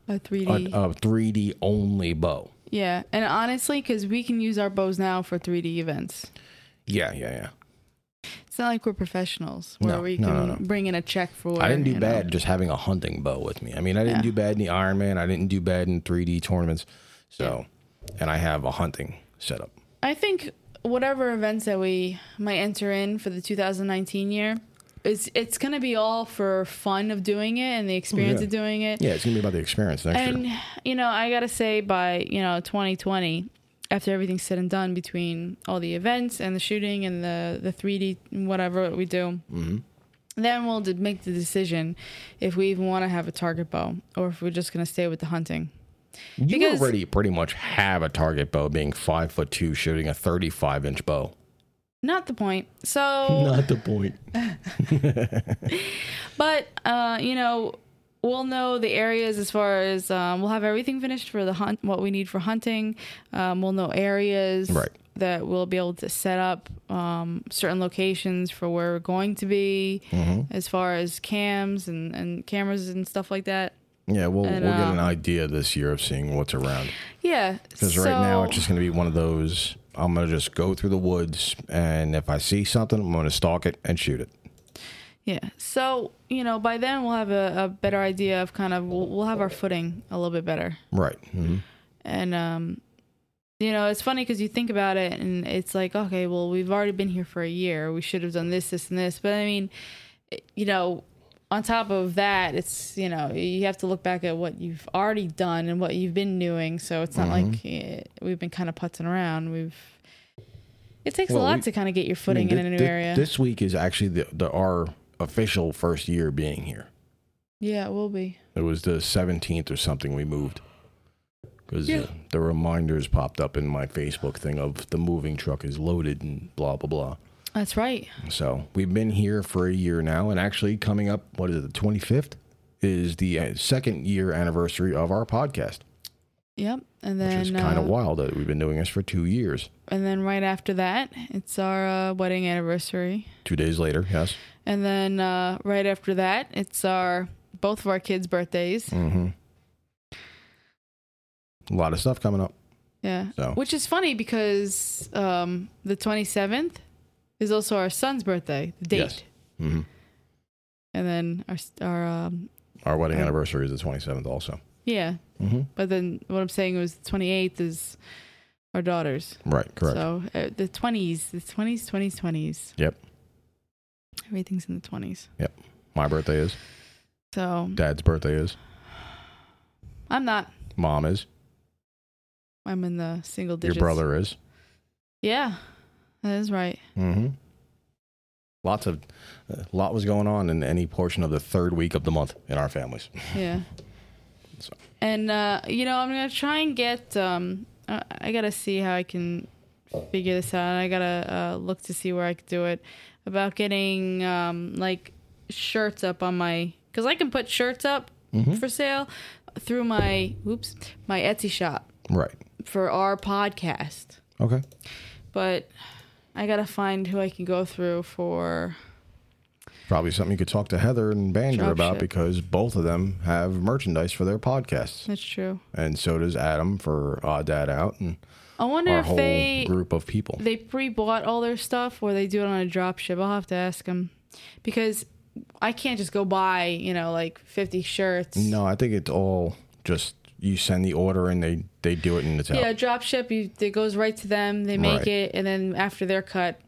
A: a
B: a,
A: 3D.
B: a 3D only bow.
A: yeah. And honestly, because we can use our bows now for 3D events.
B: Yeah, yeah, yeah.
A: It's not like we're professionals where
B: No,
A: we can
B: no, no, no.
A: bring in a check for.
B: I didn't do
A: you know.
B: bad just having a hunting bow with me. I mean, I didn't
A: Yeah.
B: do bad in the Ironman. I didn't do bad in 3D tournaments. So, and I have a hunting setup.
A: I think whatever events that we might enter in for the 2019 year, it's it's gonna be all for fun of doing it and the experience
B: yeah.
A: of doing it.
B: Yeah, it's gonna be about the experience next
A: And
B: year.
A: you know, I gotta say, by you know 2020, after everything's said and done, between all the events and the shooting and the the 3D and whatever we do, then we'll d- make the decision if we even want to have a target bow or if we're just gonna stay with the hunting.
B: You
A: because-
B: already pretty much have a target bow, being five foot two, shooting a 35 inch bow.
A: Not the point. So.
B: Not the point.
A: But uh, you know, we'll know the areas as far as um, we'll have everything finished for the hunt. What we need for hunting, um, we'll know areas
B: Right.
A: that we'll be able to set up um, certain locations for where we're going to be,
B: Mm-hmm.
A: as far as cams and, and cameras and stuff like that.
B: Yeah, we'll
A: And,
B: we'll get
A: um,
B: an idea this year of seeing what's around.
A: Yeah,
B: Because right now it's just going to be one of those. I'm going to just go through the woods, and if I see something, I'm going to stalk it and shoot it.
A: yeah. So you know, by then we'll have a, a better idea of kind of we'll, we'll have our footing a little bit better.
B: Right. hmm
A: and um you know it's funny because you think about it and it's like okay well we've already been here for a year we should have done this this and this but i mean it- you know on top of that, it's you know you have to look back at what you've already done and what you've been doing. So it's not
B: Mm-hmm.
A: like eh, we've been kind of putzing around. We've it takes a
B: Well,
A: lot
B: we-
A: to kind of get your
B: I mean,
A: footing in
B: thi-
A: a new
B: thi-
A: area.
B: This week is actually the, the our official first year being here.
A: yeah, it will be.
B: It was the 17th or something we moved. Because
A: Yeah.
B: the reminders popped up in my Facebook thing of the moving truck is loaded and blah, blah, blah.
A: That's right.
B: So we've been here for a year now. And actually, coming up, what is it, the 25th is the uh, second year anniversary of our podcast,
A: Yep. And
B: which
A: then
B: is kind
A: uh,
B: of wild that we've been doing this for two years.
A: and then right after that, it's our uh, wedding anniversary.
B: Two days later, yes.
A: And then uh, right after that, it's our both of our kids' birthdays.
B: Mm-hmm. A lot of stuff coming up.
A: Yeah.
B: So.
A: Which is funny because um, the 27th is also our son's birthday, the date.
B: Yes. hmm
A: And then our, s- our um,
B: Our wedding
A: Um,
B: anniversary is the 27th, also.
A: yeah.
B: Mm-hmm.
A: But then what I'm saying was the 28th is our daughter's.
B: Right, correct.
A: So uh, the 20s, the 20s, 20s, 20s.
B: Yep.
A: Everything's in the 20s.
B: My birthday is.
A: So
B: Dad's birthday is.
A: I'm not.
B: Mom is.
A: I'm in the single digits.
B: Your brother is.
A: Yeah. That is right.
B: Mm-hmm. Lots of, a lot was going on in any portion of the third week of the month in our families.
A: Yeah.
B: So.
A: And uh, you know, I'm gonna try and get. Um, I, I gotta see how I can figure this out. I gotta uh, look to see where I could do it. About getting um, like shirts up on my, because I can put shirts up
B: Hmm? Mm-hmm.
A: for sale through my, oops, my Etsy shop
B: Right.
A: for our podcast.
B: Okay.
A: But I gotta find who I can go through for.
B: Probably something you could talk to Heather and Banger
A: Drop
B: about
A: ship.
B: because both of them have merchandise for their podcasts,
A: That's true.
B: and so does Adam for Odd Dad Out and
A: I wonder
B: our
A: if
B: whole
A: they
B: group of people.
A: they pre-bought all their stuff or they do it on a drop ship. I'll have to ask them because I can't just go buy, you know, like 50 shirts.
B: No, I think it's all just you send the order and they they do it and it's
A: Yeah,
B: out.
A: drop ship, you, it goes right to them. They make
B: Right. Mm-hmm.
A: it and then after they're cut,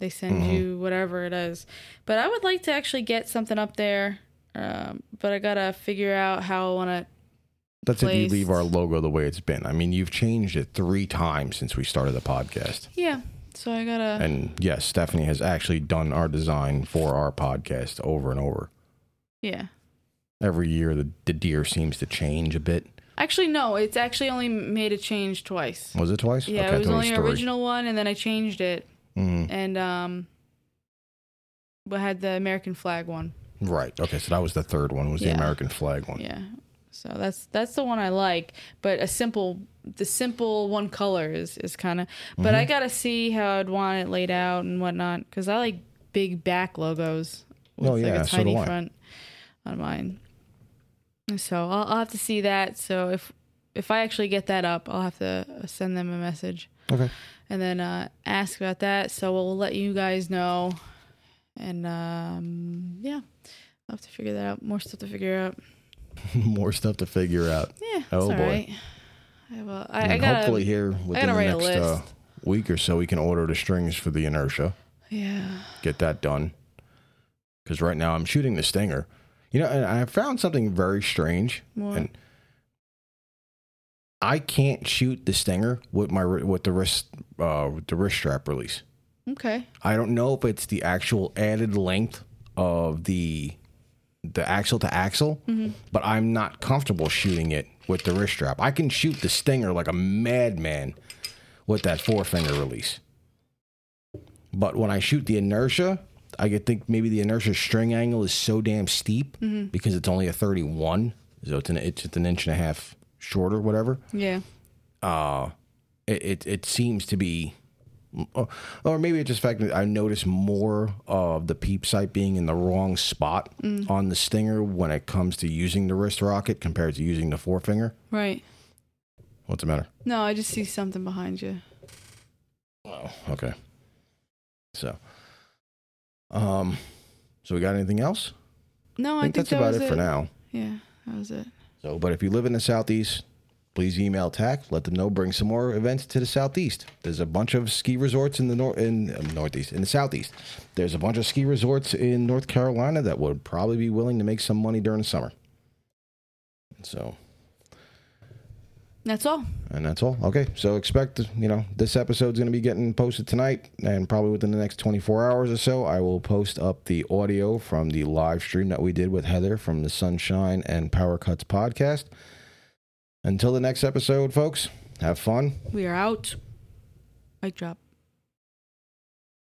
A: they send you whatever it is. But I would like to actually get something up there. Um, but I got to figure out how I want to
B: That's if
A: placed.
B: you leave our logo the way it's been. I mean, you've changed it three times since we started the podcast.
A: Yeah. So I got to
B: And yes, Stephanie has actually done our design for our podcast over and over.
A: Yeah.
B: Every year, the, the deer seems to change a bit.
A: Actually no, it's actually only made a change twice.
B: Was it twice?
A: Yeah,
B: Okay,
A: it was
B: I thought
A: only an
B: three.
A: original one, and then I changed it,
B: Mhm.
A: and um, we had the American flag one.
B: Right. Okay, so that was the third one. Was
A: Yeah.
B: the American flag one?
A: Yeah, so that's that's the one I like. But a simple, the simple one color is is kind of. But
B: Mm-hmm.
A: I gotta see how I'd want it laid out and whatnot, because I like big back logos with
B: Oh, yeah,
A: like a
B: so do
A: tiny
B: I.
A: front on mine. So I'll, I'll have to see that. So if if I actually get that up, I'll have to send them a message.
B: Okay.
A: and then uh, ask about that. So we'll let you guys know. And um, yeah, I'll have to figure that out. More stuff to figure out.
B: More stuff to figure out.
A: Yeah, that's
B: Oh,
A: all
B: boy.
A: right. I, will, I, I
B: and
A: gotta.
B: hopefully, here within the
A: write a
B: next uh,
A: list.
B: week or so, we can order the strings for the inertia.
A: Yeah.
B: get that done. Because right now I'm shooting the stinger. You know, and I found something very strange.
A: What?
B: And I can't shoot the stinger with my wri- with the wrist uh, with the wrist strap release.
A: Okay.
B: I don't know if it's the actual added length of the the axle to axle, but I'm not comfortable shooting it with the wrist strap. I can shoot the stinger like a madman with that forefinger release. But when I shoot the inertia, I could think maybe the inertia string angle is so damn steep because it's only a 31, so it's an it's just an inch and a half shorter, whatever
A: Yeah.
B: uh, it, it it seems to be, or, or maybe it's just the fact that I notice more of the peep sight being in the wrong spot
A: Mm.
B: on the stinger when it comes to using the wrist rocket compared to using the forefinger.
A: Right.
B: What's the matter?
A: No, I just see something behind you.
B: Oh, okay. So, um, so we got anything else?
A: No, I
B: I think
A: think,
B: that's
A: that
B: about
A: was
B: it for now.
A: Yeah, that was it.
B: So, but if you live in the southeast, please email TAC. Let them know. Bring some more events to the southeast. There's a bunch of ski resorts in the nor- in um, northeast in the southeast. There's a bunch of ski resorts in North Carolina that would probably be willing to make some money during the summer. So,
A: That's all.
B: and that's all. Okay, so expect you know this episode's going to be getting posted tonight, and probably within the next 24 hours or so, I will post up the audio from the live stream that we did with Heather from the Sunshine and Power Cuts podcast. Until the next episode, folks, have fun.
A: We are out. Mic drop.